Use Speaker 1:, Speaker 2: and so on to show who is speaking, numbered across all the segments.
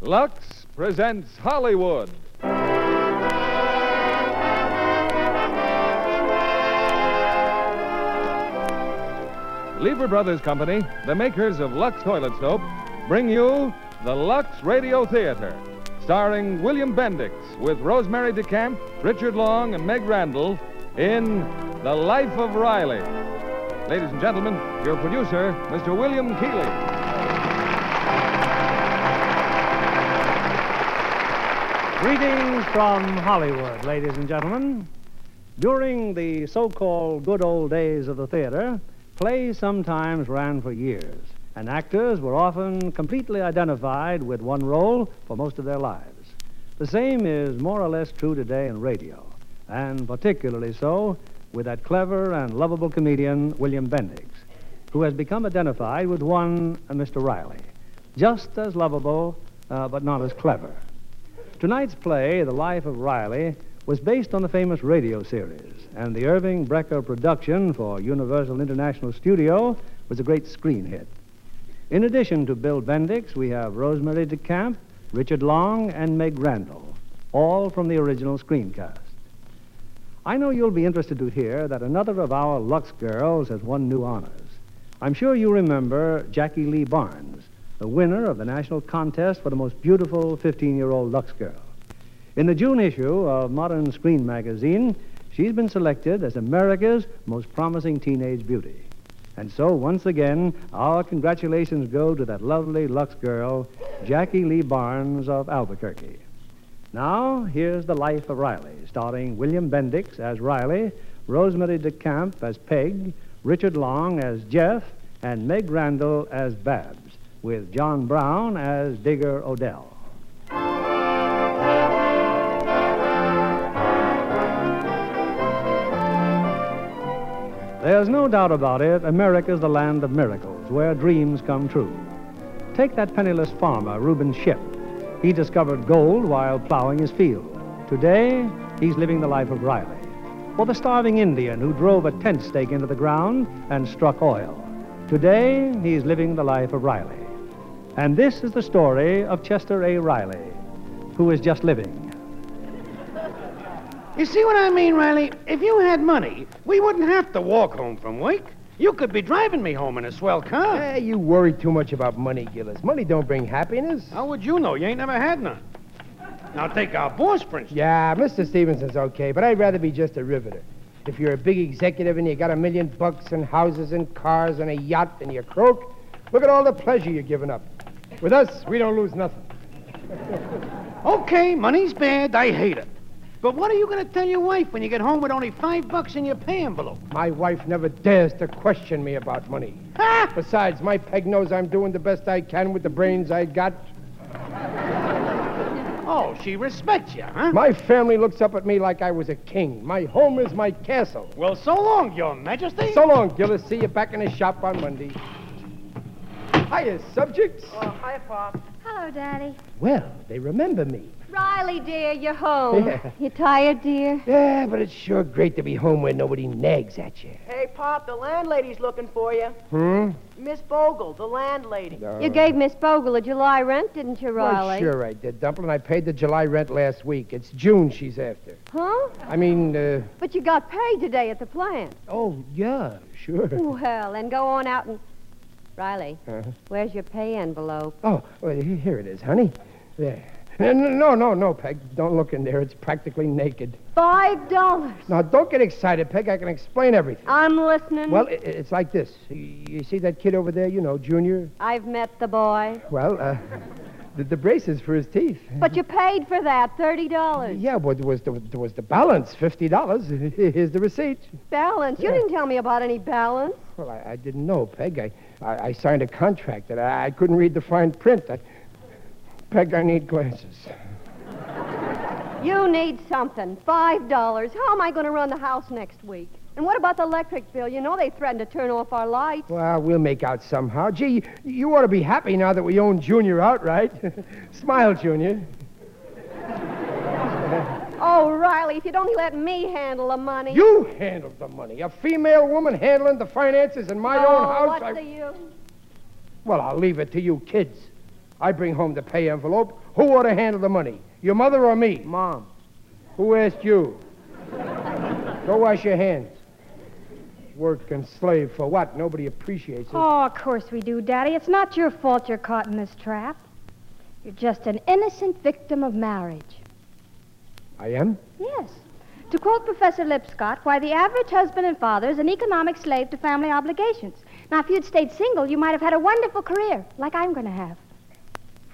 Speaker 1: Lux presents Hollywood. Lever Brothers Company, the makers of Lux Toilet Soap, bring you the Lux Radio Theater, starring William Bendix with Rosemary DeCamp, Richard Long, and Meg Randall in The Life of Riley. Ladies and gentlemen, your producer, Mr. William Keeley.
Speaker 2: Greetings from Hollywood, ladies and gentlemen. During the so called good old days of the theater, plays sometimes ran for years, and actors were often completely identified with one role for most of their lives. The same is more or less true today in radio, and particularly so with that clever and lovable comedian, William Bendix, who has become identified with one uh, Mr. Riley, just as lovable, uh, but not as clever. Tonight's play, The Life of Riley, was based on the famous radio series, and the Irving Brecker production for Universal International Studio was a great screen hit. In addition to Bill Bendix, we have Rosemary DeCamp, Richard Long, and Meg Randall, all from the original screencast. I know you'll be interested to hear that another of our Lux girls has won new honors. I'm sure you remember Jackie Lee Barnes, the winner of the national contest for the most beautiful 15 year old Lux girl. In the June issue of Modern Screen magazine, she's been selected as America's most promising teenage beauty. And so, once again, our congratulations go to that lovely Lux girl, Jackie Lee Barnes of Albuquerque. Now, here's The Life of Riley, starring William Bendix as Riley, Rosemary DeCamp as Peg, Richard Long as Jeff, and Meg Randall as Babs, with John Brown as Digger Odell. There's no doubt about it, America's the land of miracles, where dreams come true. Take that penniless farmer, Reuben Ship. He discovered gold while plowing his field. Today, he's living the life of Riley. Or the starving Indian who drove a tent stake into the ground and struck oil. Today, he's living the life of Riley. And this is the story of Chester A. Riley, who is just living.
Speaker 3: You see what I mean, Riley? If you had money, we wouldn't have to walk home from work. You could be driving me home in a swell car.
Speaker 4: Hey, you worry too much about money, Gillis. Money don't bring happiness.
Speaker 3: How would you know? You ain't never had none. Now take our boss, for instance.
Speaker 4: Yeah, Mr. Stevenson's okay, but I'd rather be just a riveter. If you're a big executive and you got a million bucks and houses and cars and a yacht and you croak, look at all the pleasure you're giving up. With us, we don't lose nothing.
Speaker 3: Okay, money's bad. I hate it. But what are you going to tell your wife when you get home with only five bucks in your pay envelope?
Speaker 4: My wife never dares to question me about money.
Speaker 3: Ha!
Speaker 4: Besides, my peg knows I'm doing the best I can with the brains I got.
Speaker 3: Oh, she respects you, huh?
Speaker 4: My family looks up at me like I was a king. My home is my castle.
Speaker 3: Well, so long, Your Majesty.
Speaker 4: So long, Gillis. See you back in the shop on Monday. Hiya, subjects.
Speaker 5: Hello, Daddy.
Speaker 4: Well, they remember me.
Speaker 5: Riley, dear, you're home.
Speaker 4: Yeah.
Speaker 5: You tired, dear?
Speaker 4: Yeah, but it's sure great to be home where nobody nags at you.
Speaker 6: Hey, Pop, the landlady's looking for you.
Speaker 4: Hmm?
Speaker 6: Miss Bogle, the landlady.
Speaker 5: You gave Miss Bogle a July rent, didn't you,
Speaker 4: Well,
Speaker 5: Riley?
Speaker 4: sure I did, Dumplin'. I paid the July rent last week. It's June she's after.
Speaker 5: Huh?
Speaker 4: I mean, uh,
Speaker 5: But you got paid today at the plant.
Speaker 4: oh, yeah, sure.
Speaker 5: Well, then go on out and. Riley, where's your pay envelope?
Speaker 4: Oh, well, he- here it is, honey. There. No, no, no, no, Peg. Don't look in there. It's practically naked.
Speaker 5: Five dollars.
Speaker 4: Now, don't get excited, Peg. I can explain everything.
Speaker 5: I'm listening.
Speaker 4: Well, i- i- it's like this. Y- You see that kid over there, you know, Junior?
Speaker 5: I've met the boy.
Speaker 4: Well, uh, the, the braces for his teeth.
Speaker 5: But you paid for that, thirty dollars.
Speaker 4: Yeah, but there was the, there was the balance, $50. Here's the receipt.
Speaker 5: Balance. You didn't tell me about any balance.
Speaker 4: Well, I, I didn't know, Peg. I, I, I signed a contract and I, I couldn't read the fine print. I, Peg, I need glasses.
Speaker 5: You need something. Five dollars. How am I going to run the house next week? And what about the electric bill? You know they threatened to turn off our lights.
Speaker 4: Well, we'll make out somehow. Gee, you ought to be happy now that we own Junior outright. Smile, Junior.
Speaker 5: Oh, Riley, if you'd only let me handle the money.
Speaker 4: You handled the money. A female woman handling the finances in my own
Speaker 5: Oh,
Speaker 4: house.
Speaker 5: what's
Speaker 4: I-
Speaker 5: the use?
Speaker 4: Well, I'll leave it to you kids. I bring home the pay envelope. Who ought to handle the money? Your mother or me? Mom. Who asked you? Go wash your hands. Work and slave for what? Nobody appreciates it.
Speaker 7: Oh, of course we do, Daddy. It's not your fault you're caught in this trap. You're just an innocent victim of marriage.
Speaker 4: I am?
Speaker 7: Yes. To quote Professor Lipscott, why the average husband and father is an economic slave to family obligations. Now, if you'd stayed single, you might have had a wonderful career, like I'm going to have.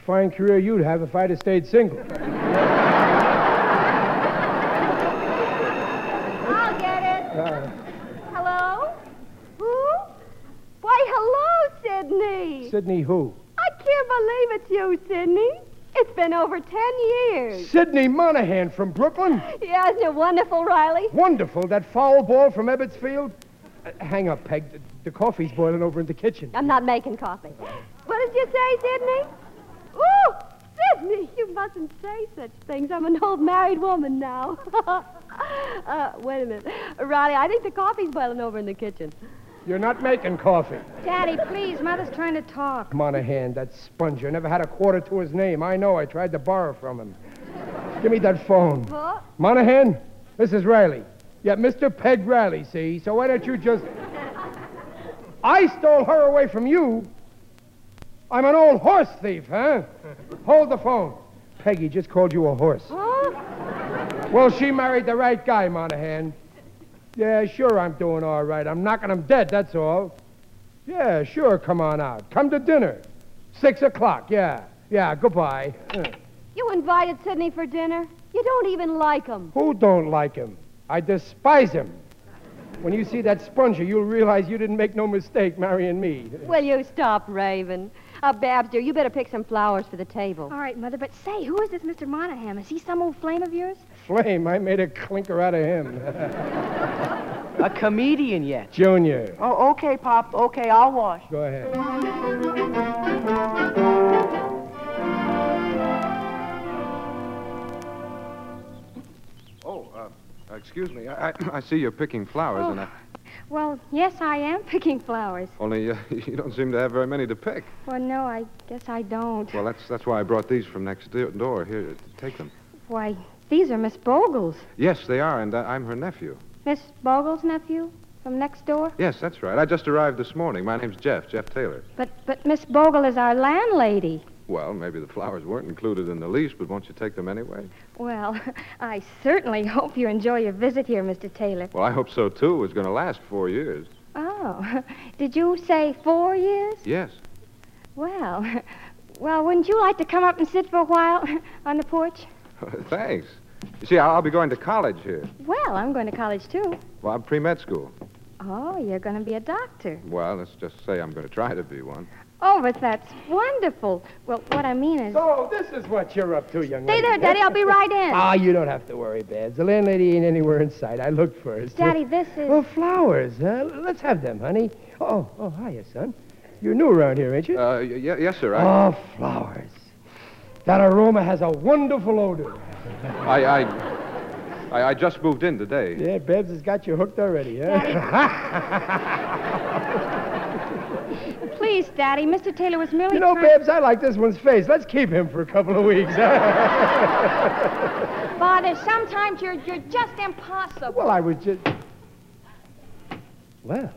Speaker 4: Fine career you'd have if I'd have stayed single.
Speaker 7: I'll get it.
Speaker 4: Uh,
Speaker 5: Hello? Who? Why, hello, Sydney.
Speaker 4: Sydney who?
Speaker 5: I can't believe it's you, Sydney. It's been over ten years.
Speaker 4: Sydney Monahan from Brooklyn?
Speaker 5: Yeah, isn't it wonderful, Riley?
Speaker 4: Wonderful, that foul ball from Ebbets Field. Uh, hang up, Peg. The, the coffee's boiling over in the kitchen.
Speaker 5: I'm not making coffee. What did you say, Sydney? Ooh, Sydney, you mustn't say such things. I'm an old married woman now. uh, wait a minute. Riley, I think the coffee's boiling over in the kitchen.
Speaker 4: You're not making coffee.
Speaker 7: Daddy, please. Mother's trying to talk.
Speaker 4: Monahan, that sponger, never had a quarter to his name. I know. I tried to borrow from him. Give me that phone.
Speaker 5: What?
Speaker 4: Monahan, this is Riley. Yeah, Mr. Peg Riley, see? So why don't you just. I stole her away from you. I'm an old horse thief, huh? Hold the phone. Peggy just called you a horse. Well, she married the right guy, Monahan. Yeah, sure, I'm doing all right. I'm knocking him dead, that's all. Yeah, sure, come on out. Come to dinner. Six o'clock, yeah. Yeah, goodbye. Uh,
Speaker 5: You invited Sydney for dinner? You don't even like him.
Speaker 4: Who don't like him? I despise him. When you see that sponger, you'll realize you didn't make no mistake marrying me.
Speaker 5: Will you stop raving? Uh, Babs, dear, you better pick some flowers for the table.
Speaker 7: All right, Mother, but say, who is this Mr. Monahan? Is he some old flame of yours?
Speaker 4: Flame, I made a clinker out of him.
Speaker 6: A comedian yet.
Speaker 4: Junior,
Speaker 6: Oh, okay, Pop. Okay, I'll wash.
Speaker 4: go ahead.
Speaker 8: Oh, uh, excuse me. I, I, I see you're picking flowers, and I,
Speaker 7: Well, yes, I am picking flowers.
Speaker 8: only uh, you don't seem to have very many to pick.
Speaker 7: Well, no, I guess I don't.
Speaker 8: Well, that's that's why I brought these from next do- door. Here, take them.
Speaker 7: Why, these are Miss Bogle's.
Speaker 8: Yes, they are, and uh, I'm her nephew.
Speaker 7: Miss Bogle's nephew from next door?
Speaker 8: Yes, that's right. I just arrived this morning. My name's Jeff, Jeff Taylor.
Speaker 7: But but Miss Bogle is our landlady.
Speaker 8: Well, maybe the flowers weren't included in the lease, but won't you take them anyway?
Speaker 7: Well, I certainly hope you enjoy your visit here, Mr. Taylor.
Speaker 8: Well, I hope so too. It's going to last four years.
Speaker 7: Oh, did you say four years?
Speaker 8: Yes.
Speaker 7: Well, well, wouldn't you like to come up and sit for a while on the porch?
Speaker 8: Thanks. You see, I'll I'll be going to college here.
Speaker 7: Well, I'm going to college too.
Speaker 8: Well, I'm pre-med school.
Speaker 7: Oh, you're going to be a doctor.
Speaker 8: Well, let's just say I'm going to try to be one.
Speaker 7: Oh, but that's wonderful. Well, what I mean is.
Speaker 4: So, Oh, this is what you're up to, young
Speaker 7: Stay
Speaker 4: lady.
Speaker 7: there, Daddy. I'll be right in.
Speaker 4: Ah, you don't have to worry, Babs. The landlady ain't anywhere in sight. I looked first.
Speaker 7: Daddy, this is.
Speaker 4: Well, flowers, huh? Let's have them, honey. Oh, oh, hiya, son. You're new around here, ain't you?
Speaker 8: Uh, y- y- yes, sir. I,
Speaker 4: oh, flowers. That aroma has a wonderful odor.
Speaker 8: I, I, I, I just moved in today.
Speaker 4: Yeah, Babs has got you hooked already, huh?
Speaker 7: Please, Daddy. Mr. Taylor was merely.
Speaker 4: you know,
Speaker 7: trying...
Speaker 4: Babs, I like this one's face. Let's keep him for a couple of weeks.
Speaker 7: Father, sometimes you're, you're just impossible.
Speaker 4: well, I was just. Well,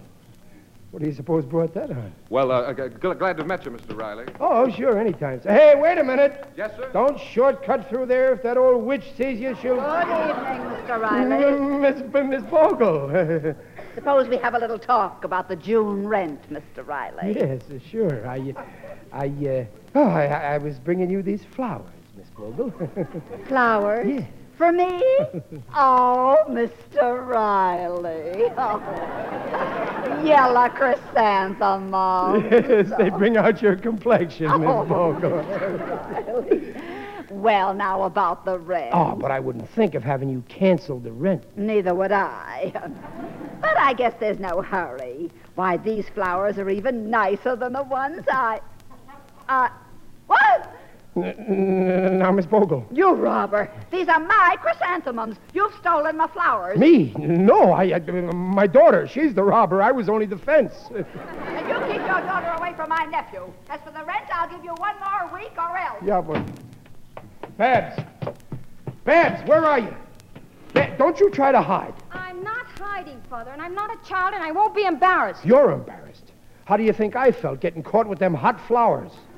Speaker 4: What do you suppose brought that on?
Speaker 8: Well, uh, g- gl- glad to have met you, Mr. Riley.
Speaker 4: Oh, sure, anytime. Say, hey, wait a minute.
Speaker 8: Yes, sir?
Speaker 4: Don't shortcut through there. If that old witch sees you, she'll.
Speaker 9: Good evening, Mr. Riley.
Speaker 4: Mm, Miss, B- Miss Bogle.
Speaker 9: Suppose we have a little talk about the June rent, Mr. Riley.
Speaker 4: yes, sure. I, uh, I, uh, oh, I, I I was bringing you these flowers, Miss Bogle.
Speaker 9: Flowers? For me? oh, Mr. Riley. Oh. Yellow chrysanthemum.
Speaker 4: yes, they bring out your complexion, Miss
Speaker 9: Oh.
Speaker 4: Bogle.
Speaker 9: Well, now about the rent.
Speaker 4: Oh, but I wouldn't think of having you cancel the rent.
Speaker 9: Neither would I. But I guess there's no hurry. Why, these flowers are even nicer than the ones I. I. What?
Speaker 4: N- n- n- Now, Miss Bogle.
Speaker 9: You robber. These are my chrysanthemums. You've stolen my flowers.
Speaker 4: Me? No, I, I. My daughter. She's the robber. I was only the fence.
Speaker 9: And you keep your daughter away from my nephew. As for the rent, I'll give you one more week or else.
Speaker 4: Yeah, but. Babs! Babs, where are you? Ba- don't you try to hide.
Speaker 5: I'm not hiding, Father, and I'm not a child, and I won't be embarrassed.
Speaker 4: You're embarrassed. How do you think I felt getting caught with them hot flowers?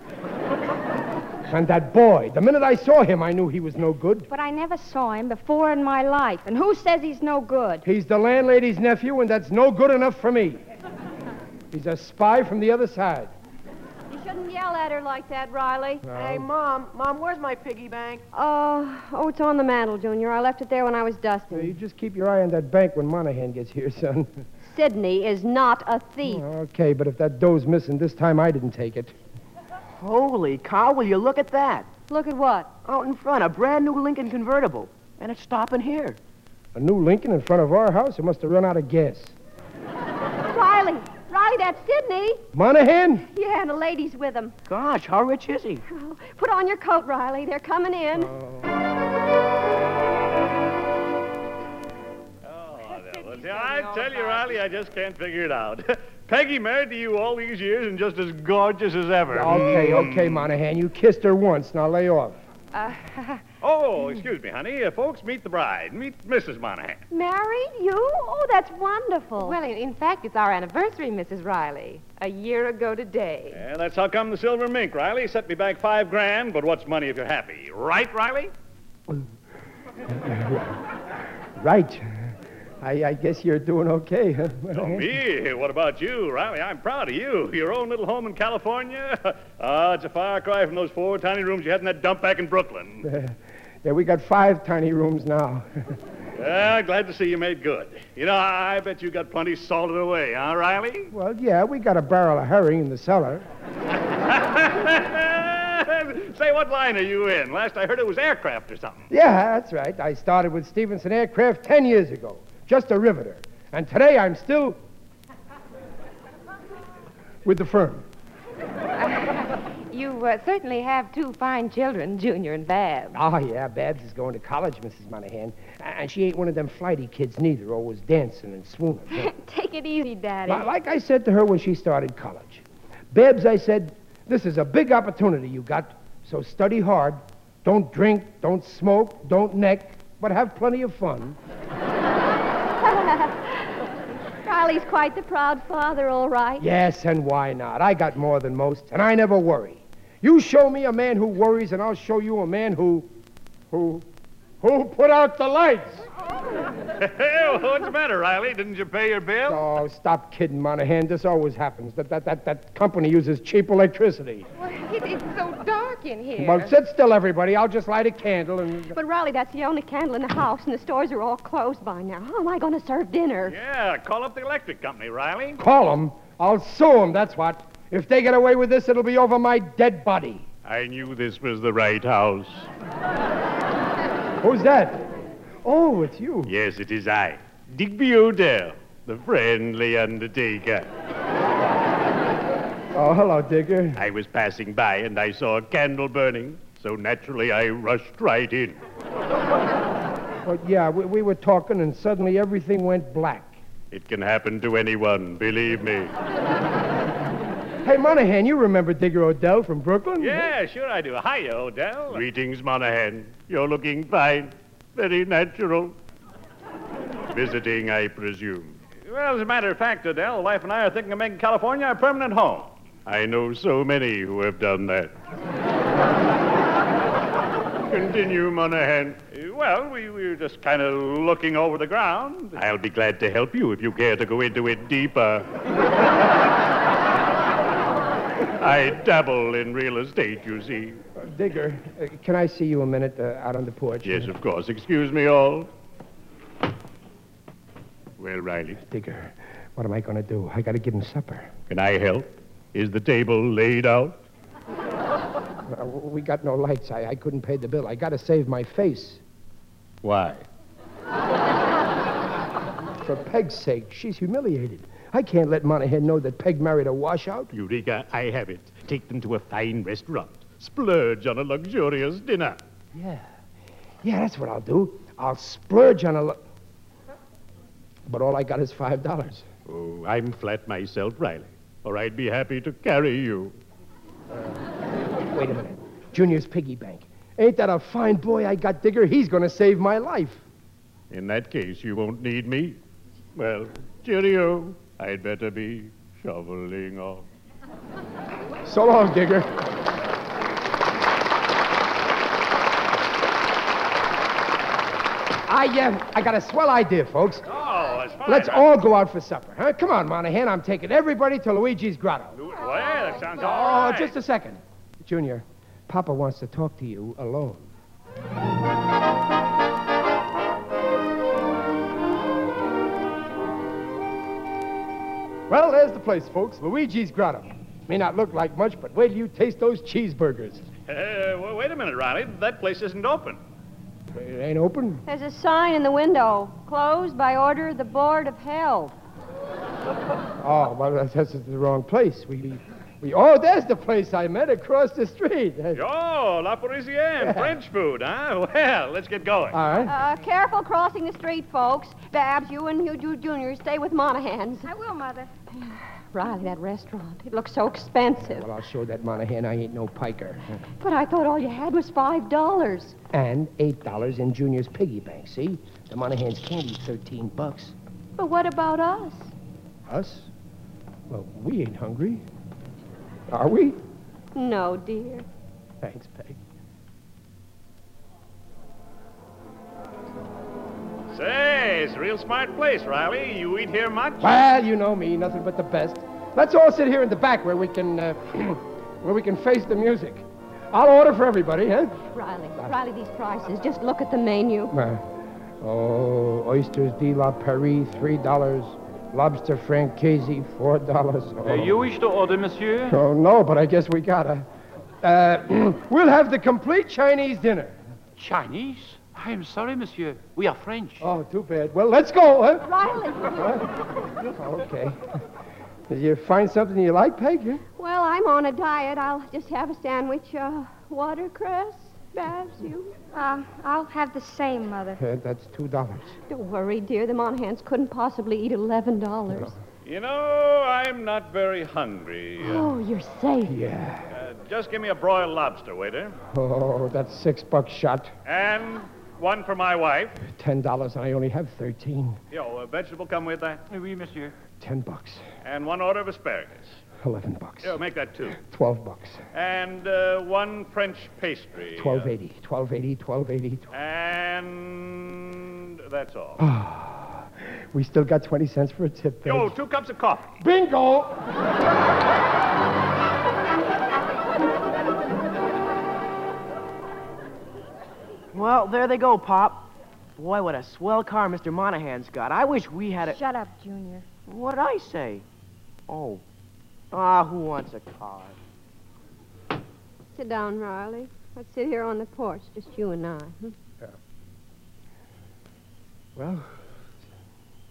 Speaker 4: and that boy. The minute I saw him, I knew he was no good.
Speaker 5: But I never saw him before in my life, and who says he's no good?
Speaker 4: He's the landlady's nephew, and that's no good enough for me. He's a spy from the other side.
Speaker 10: You shouldn't yell at her like that, Riley.
Speaker 4: No. Hey,
Speaker 10: Mom. Mom, where's my piggy bank?
Speaker 5: Oh, oh, it's on the mantel, Junior. I left it there when I was dusting.
Speaker 4: You just keep your eye on that bank when Monahan gets here, son.
Speaker 5: Sidney is not a thief.
Speaker 4: okay, but if that dough's missing, this time I didn't take it.
Speaker 6: Holy cow, will you look at that?
Speaker 5: Look at what?
Speaker 6: Out in front, a brand new Lincoln convertible. And it's stopping here.
Speaker 4: A new Lincoln in front of our house? It must have run out of gas.
Speaker 5: Riley, Riley, that's Sidney.
Speaker 4: Monahan?
Speaker 5: Yeah, and a lady's with him.
Speaker 6: Gosh, how rich is he?
Speaker 5: Put on your coat, Riley. They're coming in.
Speaker 11: I tell you, Riley, I just can't figure it out. Peggy married to you all these years and just as gorgeous as ever.
Speaker 4: Okay,
Speaker 11: Mm.
Speaker 4: okay, Monahan. You kissed her once. Now lay off.
Speaker 11: Oh, excuse me, honey. Uh, folks, meet the bride. Meet Mrs. Monahan.
Speaker 5: Married? You? Oh, that's wonderful.
Speaker 7: Well, in, in fact, it's our anniversary, Mrs. Riley. A year ago today.
Speaker 11: Yeah, that's how come the silver mink, Riley. Set me back five grand, but what's money if you're happy? Right, Riley?
Speaker 4: Right. I, I guess you're doing okay, huh?
Speaker 11: Oh,
Speaker 4: Monahan?
Speaker 11: me? What about you, Riley? I'm proud of you. Your own little home in California? Ah, it's a far cry from those four tiny rooms you had in that dump back in Brooklyn.
Speaker 4: yeah, we got five tiny rooms now.
Speaker 11: Ah, glad to see you made good. You know, I bet you got plenty salted away, huh, Riley?
Speaker 4: well, yeah, we got a barrel of herring in the cellar.
Speaker 11: Say, what line are you in? Last I heard it was aircraft or something.
Speaker 4: Yeah, that's right. I started with Stevenson Aircraft 10 years ago. Just a riveter. And today I'm still with the firm.
Speaker 7: You uh, certainly have two fine children, Junior and Babs.
Speaker 4: Oh, yeah, Babs is going to college, Mrs. Monahan. A- And she ain't one of them flighty kids neither, always dancing and swooning.
Speaker 5: Take it easy, Daddy.
Speaker 4: Li- like I said to her when she started college, Babs, I said, this is a big opportunity you got, so study hard. Don't drink, don't smoke, don't neck, but have plenty of fun.
Speaker 5: Riley's quite the proud father, all right.
Speaker 4: Yes, and why not? I got more than most, and I never worry. You show me a man who worries, and I'll show you a man who. who. who put out the lights!
Speaker 11: Well, What's the matter, Riley? Didn't you pay your bill?
Speaker 4: Oh, stop kidding, Monahan. This always happens. That, that, that, that company uses cheap electricity.
Speaker 7: It, it's so dark in here.
Speaker 4: Well, sit still, everybody. I'll just light a candle and.
Speaker 5: But, Riley, that's the only candle in the house, and the stores are all closed by now. How am I going to serve dinner?
Speaker 11: Yeah, call up the electric company, Riley.
Speaker 4: Call them. I'll sue them, that's what. If they get away with this, it'll be over my dead body.
Speaker 11: I knew this was the right house.
Speaker 4: Who's that? Oh, it's you.
Speaker 11: Yes, it is I, Digby Odell, the friendly undertaker.
Speaker 4: Oh, hello, Digger.
Speaker 11: I was passing by and I saw a candle burning, so naturally I rushed right in.
Speaker 4: Well, Oh, yeah, we, we were talking, and suddenly everything went black.
Speaker 11: It can happen to anyone, believe me.
Speaker 4: Hey, Monahan, you remember Digger Odell from Brooklyn?
Speaker 11: Yeah, sure I do. Hiya, Odell. Greetings, Monahan. You're looking fine. Very natural. Visiting, I presume.
Speaker 12: Well, as a matter of fact, Adele, the wife and I are thinking of making California our permanent home. I know so many who have done that. Continue, Monahan. Well, we, we were just kind of looking over the ground. I'll be glad to help you if you care to go into it deeper. I dabble in real estate, you see.
Speaker 4: Digger, uh, can I see you a minute uh, out on the porch?
Speaker 12: Yes, of course. Excuse me all. Well, Riley.
Speaker 4: Digger, what am I going to do? I got to give him supper.
Speaker 12: Can I help? Is the table laid out?
Speaker 4: Uh, we got no lights. I, I couldn't pay the bill. I got to save my face.
Speaker 12: Why?
Speaker 4: For Peg's sake, she's humiliated. I can't let Monahan know that Peg married a washout.
Speaker 12: Eureka, I have it. Take them to a fine restaurant. Splurge on a luxurious dinner.
Speaker 4: Yeah. Yeah, that's what I'll do. I'll splurge on a. Lo- but all I got is $5.
Speaker 12: Oh, I'm flat myself, Riley, or I'd be happy to carry you.
Speaker 4: Wait a minute. Junior's piggy bank. Ain't that a fine boy I got, Digger? He's going to save my life.
Speaker 12: In that case, you won't need me. Well, cheerio. I'd better be shoveling off.
Speaker 4: So long, Digger. I, uh, I got a swell idea, folks.
Speaker 12: Oh, it's fine.
Speaker 4: Let's all go out for supper, huh? Come on, Monahan. I'm taking everybody to Luigi's Grotto.
Speaker 12: Well, that sounds
Speaker 4: Oh,
Speaker 12: all right.
Speaker 4: just a second. Junior, Papa wants to talk to you alone. Well, there's the place, folks. Luigi's Grotto. May not look like much, but wait till you taste those cheeseburgers.
Speaker 12: Uh, well, wait a minute, Riley. That place isn't open.
Speaker 4: It ain't open.
Speaker 5: There's a sign in the window. Closed by order of the Board of Health.
Speaker 4: Oh, well, that's, that's the wrong place. We, we, oh, there's the place I met across the street.
Speaker 12: Oh, La Parisienne, French food, huh? Well, let's get going.
Speaker 4: All right.
Speaker 5: Uh, careful crossing the street, folks. Babs, you and you do junior stay with Monahan's. I will, Mother. Riley, that restaurant. It looks so expensive.
Speaker 4: Well, I'll show that Monahan I ain't no piker.
Speaker 5: But I thought all you had was five dollars.
Speaker 4: And eight dollars in Junior's piggy bank. See, the Monahan's candy thirteen bucks.
Speaker 5: But what about us?
Speaker 4: Us? Well, we ain't hungry. Are we?
Speaker 5: No, dear.
Speaker 4: Thanks, Peg.
Speaker 12: Say, it's a real smart place, Riley. You eat here much?
Speaker 4: Well, you know me, nothing but the best. Let's all sit here in the back where we can, uh, where we can face the music. I'll order for everybody, huh?
Speaker 5: Riley, Riley, these prices. Just look at the menu.
Speaker 4: Uh, oh, oysters de la Paris, three dollars. Lobster francaise, four dollars.
Speaker 11: Uh, you wish to order, monsieur?
Speaker 4: Oh no, but I guess we gotta. Uh, we'll have the complete Chinese dinner.
Speaker 11: Chinese? I am sorry, monsieur. We are French.
Speaker 4: Oh, too bad. Well, let's go, huh?
Speaker 5: Riley!
Speaker 4: Okay. Did you find something you like, Peg? huh?
Speaker 5: well, I'm on a diet. I'll just have a sandwich. Uh, watercress, Babs, you?
Speaker 13: Uh, I'll have the same, Mother.
Speaker 4: Uh, that's two dollars.
Speaker 5: Don't worry, dear. The Monahans couldn't possibly eat eleven dollars.
Speaker 12: You know, I'm not very hungry.
Speaker 5: Oh, you're safe.
Speaker 4: Yeah.
Speaker 12: Uh, just give me a broiled lobster, waiter.
Speaker 4: Oh, that's six bucks shot.
Speaker 12: And one for my wife.
Speaker 4: Ten dollars, and I only have thirteen.
Speaker 12: Yo, a vegetable come with that.
Speaker 11: Oui, monsieur.
Speaker 4: Ten bucks.
Speaker 12: And one order of asparagus.
Speaker 4: Eleven bucks.
Speaker 12: Yo, make that two.
Speaker 4: Twelve bucks.
Speaker 12: And uh, one French pastry.
Speaker 4: Twelve eighty. Twelve eighty. Twelve eighty.
Speaker 12: Uh, and that's all.
Speaker 4: Ah, We still got twenty cents for a tip. Peg.
Speaker 12: Yo, two cups of coffee.
Speaker 4: Bingo!
Speaker 6: Well, there they go, Pop. Boy, what a swell car Mr. Monahan's got. I wish we had a.
Speaker 13: Shut up, Junior.
Speaker 6: What did I say? Oh. Ah, who wants a car?
Speaker 5: Sit down, Riley. Let's sit here on the porch, just you and I. hmm?
Speaker 4: Well,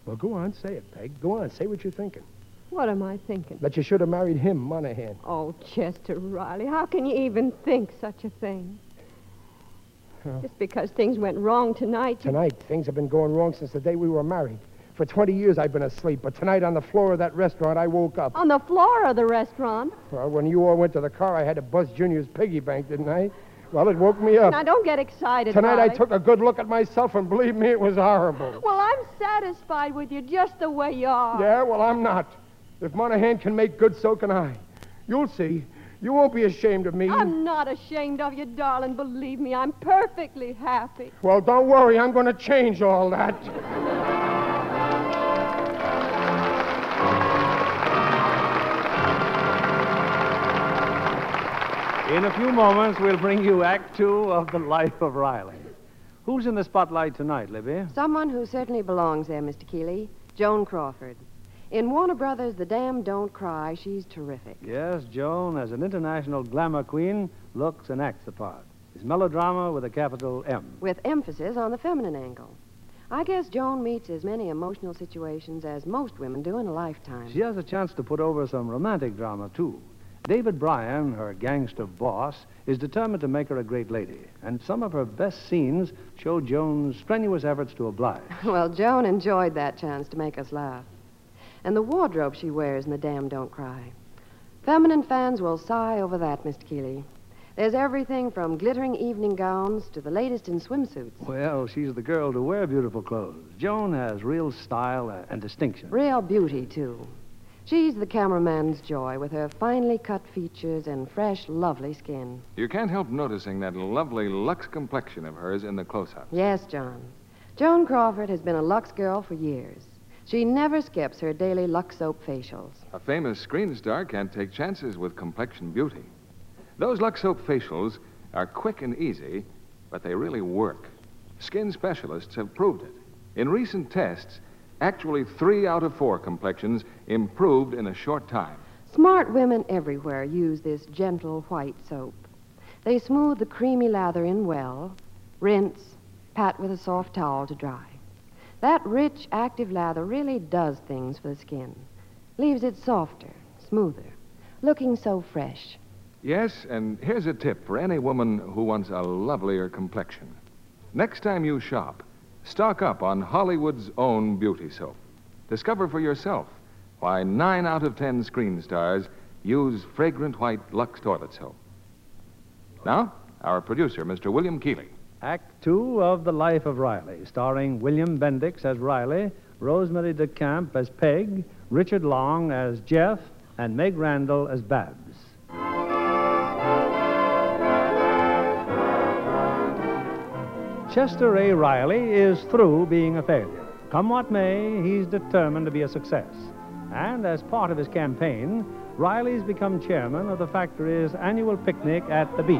Speaker 4: well, go on, say it, Peg. Go on, say what you're thinking.
Speaker 5: What am I thinking?
Speaker 4: That you should have married him, Monahan.
Speaker 5: Oh, Chester Riley, how can you even think such a thing?
Speaker 4: Well.
Speaker 5: Just because things went wrong tonight, you-
Speaker 4: Tonight, things have been going wrong since the day we were married. For 20 years, I've been asleep, but tonight on the floor of that restaurant, I woke up.
Speaker 5: on the floor of the restaurant.
Speaker 4: Well, when you all went to the car, I had to bust Junior's piggy bank, didn't I? Well, it woke me up.
Speaker 14: Now, don't get excited.
Speaker 4: Tonight I
Speaker 14: Riley.
Speaker 4: took a good look at myself, and believe me, it was horrible.
Speaker 14: Well, I'm satisfied with you just the way you
Speaker 5: Oh.
Speaker 14: are.
Speaker 4: Yeah, well, I'm not. If Monahan can make good, so can I. You'll see. You won't be ashamed of me.
Speaker 14: I'm not ashamed of you, darling. Believe me, I'm perfectly happy.
Speaker 4: Well, don't worry. I'm going to change all that.
Speaker 2: In a few moments, we'll bring you Act Two of The Life of Riley. Who's in the spotlight tonight, Libby?
Speaker 15: Someone who certainly belongs there, Mr. Keeley, Joan Crawford. In Warner Brothers, The Damn Don't Cry, she's terrific.
Speaker 2: Yes, Joan, as an international glamour queen, looks and acts the part. It's melodrama with a capital M.
Speaker 15: with emphasis on the feminine angle. I guess Joan meets as many emotional situations as most women do in a lifetime.
Speaker 2: She has a chance to put over some romantic drama, too. David Bryan, her gangster boss, is determined to make her a great lady, and some of her best scenes show Joan's strenuous efforts to oblige.
Speaker 15: Well, Joan enjoyed that chance to make us laugh. And the wardrobe she wears in The Damn Don't Cry. Feminine fans will sigh over that, Mr. Keeley. There's everything from glittering evening gowns to the latest in swimsuits.
Speaker 2: Well, she's the girl to wear beautiful clothes. Joan has real style uh, and distinction.
Speaker 15: Real beauty, too. She's the cameraman's joy with her finely cut features and fresh, lovely skin.
Speaker 1: You can't help noticing that lovely Lux complexion of hers in the close up.
Speaker 15: Yes, John. Joan Crawford has been a Lux girl for years. She never skips her daily Lux soap facials.
Speaker 1: A famous screen star can't take chances with complexion beauty. Those Lux Soap facials are quick and easy, but they really work. Skin specialists have proved it. In recent tests, actually three out of four complexions improved in a short time.
Speaker 15: Smart women everywhere use this gentle white soap. They smooth the creamy lather in well, rinse, pat with a soft towel to dry. That rich, active lather really does things for the skin, leaves it softer, smoother, looking so fresh.
Speaker 1: Yes, and here's a tip for any woman who wants a lovelier complexion. Next time you shop, stock up on Hollywood's own beauty soap. Discover for yourself why nine out of ten screen stars use fragrant white Lux toilet soap. Now, our producer, Mr. William Keeley.
Speaker 2: Act Two of The Life of Riley, starring William Bendix as Riley, Rosemary DeCamp as Peg, Richard Long as Jeff, and Meg Randall as Babs. Chester A. Riley is through being a failure. Come what may, he's determined to be a success. And as part of his campaign, Riley's become chairman of the factory's annual picnic at the beach.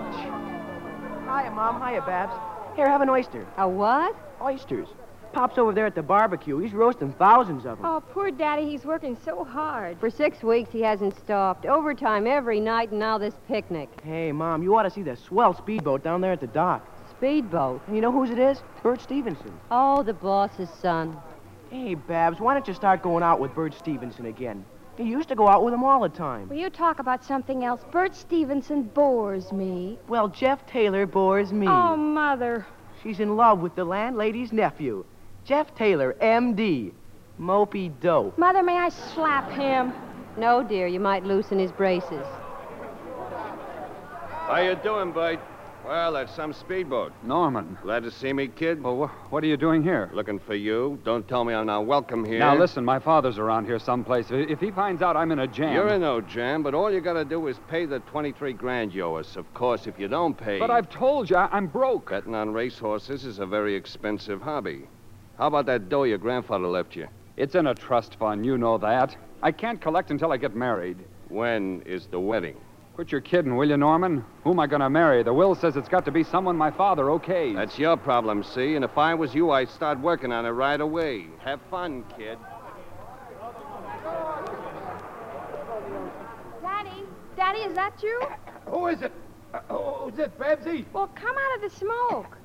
Speaker 6: Hiya, Mom. Hiya, Babs. Here, have an oyster.
Speaker 14: A what?
Speaker 6: Oysters. Pop's over there at the barbecue. He's roasting thousands of them.
Speaker 5: Oh, poor Daddy, he's working so hard. For six weeks, he hasn't stopped. Overtime every night, and now this picnic.
Speaker 6: Hey, Mom, you ought to see the swell speedboat down there at the dock.
Speaker 5: Speedboat?
Speaker 6: And you know whose it is? Bert Stevenson.
Speaker 5: Oh, the boss's son.
Speaker 6: Hey, Babs, why don't you start going out with Bert Stevenson again? He used to go out with him all the time.
Speaker 16: Will you talk about something else? Bert Stevenson bores me.
Speaker 6: Well, Jeff Taylor bores me.
Speaker 16: Oh, Mother.
Speaker 6: She's in love with the landlady's nephew, Jeff Taylor, M.D. Mopey Doe.
Speaker 5: Mother, may I slap him? No, dear, you might loosen his braces.
Speaker 17: How you doing, Bite? Well, that's some speedboat. Norman. Glad to see me, kid. Well, what are you doing here? Looking for you. Don't tell me I'm not welcome here.
Speaker 18: Now, listen, my father's around here someplace. I- If he finds out I'm in a jam.
Speaker 17: You're in no jam, but all you gotta do is pay the 23 grand you owe us. Of course, if you don't pay.
Speaker 18: But I've told you, I- I'm broke.
Speaker 17: Betting on racehorses is a very expensive hobby. How about that dough your grandfather left you?
Speaker 18: It's in a trust fund, you know that. I can't collect until I get married.
Speaker 17: When is the wedding?
Speaker 18: Quit your kidding, will you, Norman? Who am I going to marry? The will says it's got to be someone my father okay.
Speaker 17: That's your problem, see? And if I was you, I'd start working on it right away. Have fun, kid.
Speaker 16: Daddy, Daddy, is that you?
Speaker 4: Who is it? Oh, is it Babsy?
Speaker 16: Well, come out of the smoke.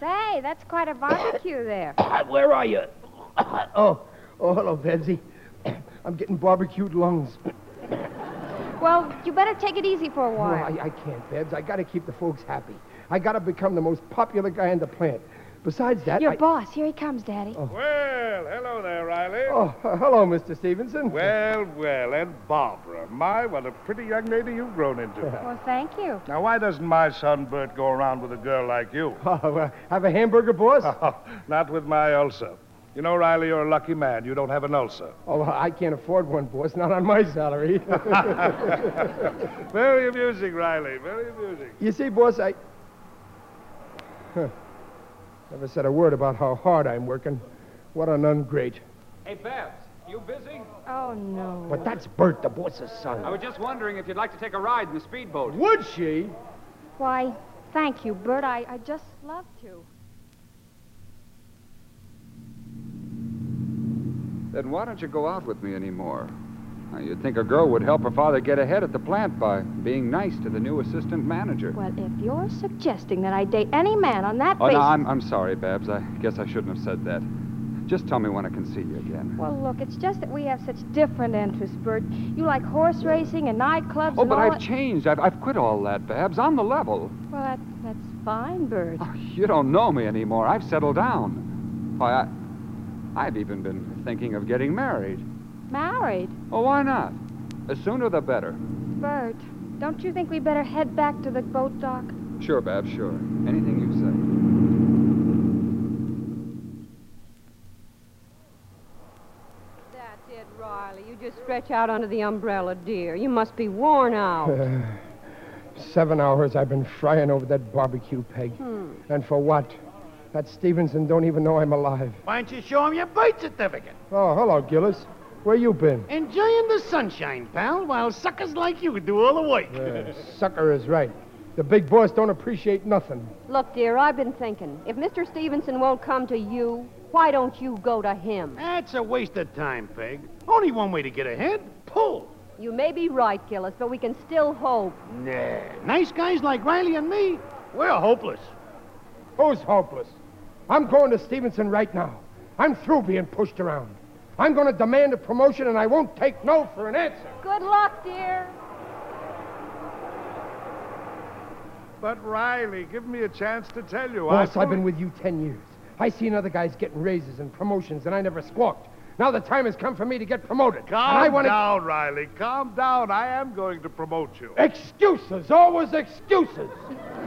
Speaker 16: Say, that's quite a barbecue there.
Speaker 4: Where are you? oh, oh, hello, Babsy. I'm getting barbecued lungs.
Speaker 16: Well, you better take it easy for a
Speaker 4: No,
Speaker 16: while.
Speaker 4: I, I can't, Babs. I gotta keep the folks happy. I gotta become the most popular guy in the plant. Besides that, Oh.
Speaker 7: Your
Speaker 4: I-
Speaker 7: boss. Here he comes, Daddy.
Speaker 19: Well, hello there, Riley.
Speaker 4: Oh, hello, Mr. Stevenson.
Speaker 19: Well, well, and Barbara. My, what a pretty young lady you've grown into.
Speaker 7: Well, thank you.
Speaker 19: Now, why doesn't my son Bert go around with a girl like you?
Speaker 4: Oh, well, have a hamburger, boss?
Speaker 19: not with my ulcer. You know, Riley, you're a lucky man. You don't have an ulcer.
Speaker 4: Oh, I can't afford one, boss. Not on my salary.
Speaker 19: very amusing, Riley. Very amusing.
Speaker 4: you see, boss, I. Huh. Never said a word about how hard I'm working. What an ungrate.
Speaker 17: Hey, Babs, you busy?
Speaker 7: Oh, no.
Speaker 4: But that's Bert, the boss's son.
Speaker 17: I was just wondering if you'd like to take a ride in the speedboat.
Speaker 4: Would she?
Speaker 7: Why, thank you, Bert. I, I just love to.
Speaker 18: Then why don't you go out with me anymore? Now, you'd think a girl would help her father get ahead at the plant by being nice to the new assistant manager.
Speaker 7: Well, if you're suggesting that I date any man on that
Speaker 18: oh,
Speaker 7: basis.
Speaker 18: no, I'm, I'm sorry, Babs. I guess I shouldn't have said that. Just tell me when I can see you again.
Speaker 7: Well, Oh, look, it's just that we have such different interests, Bert. You like horse racing and nightclubs
Speaker 18: oh,
Speaker 7: and
Speaker 18: but
Speaker 7: all
Speaker 18: I've changed. I've, I've quit all that, Babs. I'm the level.
Speaker 7: that- Well, that, that's fine, Bert.
Speaker 18: You don't know me anymore. I've settled down. Why, I, I've even been thinking of getting married.
Speaker 7: Married,
Speaker 18: Oh, why not? The sooner the better.
Speaker 7: Bert. Don't you think we better head back to the boat dock?
Speaker 18: Sure, Babs, sure. Anything you say.
Speaker 5: That's it, Riley. You just stretch out under the umbrella, dear. You must be worn out.
Speaker 4: Seven hours I've been frying over that barbecue peg.
Speaker 5: Hmm.
Speaker 4: And for what? That Stevenson don't even know I'm alive.
Speaker 3: Why don't you show him your birth certificate?
Speaker 4: Oh, hello, Gillis. Where you been?
Speaker 3: Enjoying the sunshine, pal, while suckers like you do all the work.
Speaker 4: Yeah, sucker is right. The big boss don't appreciate nothing.
Speaker 5: Look, dear, I've been thinking. If Mr. Stevenson won't come to you, why don't you go to him?
Speaker 3: That's a waste of time, Peg. Only one way to get ahead pull.
Speaker 5: You may be right, Gillis, but we can still hope.
Speaker 3: Nah. Nice guys like Riley and me, we're hopeless.
Speaker 4: Who's hopeless? I'm going to Stevenson right now. I'm through being pushed around. I'm going to demand a promotion, and I won't take no for an answer.
Speaker 5: Good luck, dear.
Speaker 19: But, Riley, give me a chance to tell you. I
Speaker 4: boss, I've been with you ten years. I seen other guys getting raises and promotions, and I never squawked. Now the time has come for me to get promoted. and I
Speaker 19: Calm
Speaker 4: wanna-
Speaker 19: down, Riley. Calm down. I am going to promote you.
Speaker 4: Excuses, always excuses.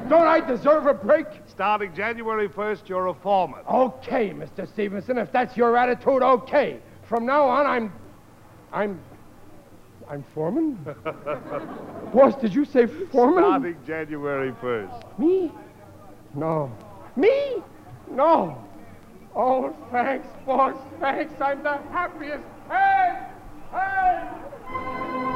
Speaker 4: Don't I deserve a break?
Speaker 19: Starting January 1st, you're a foreman.
Speaker 4: Okay, Mr. Stevenson, if that's your attitude, okay. From now on, I'm. I'm. I'm foreman? Boss, did you say foreman?
Speaker 19: Starting January 1st.
Speaker 4: Me? No. Me? No. Oh, thanks, boss. Thanks. I'm the happiest. Hey! Hey!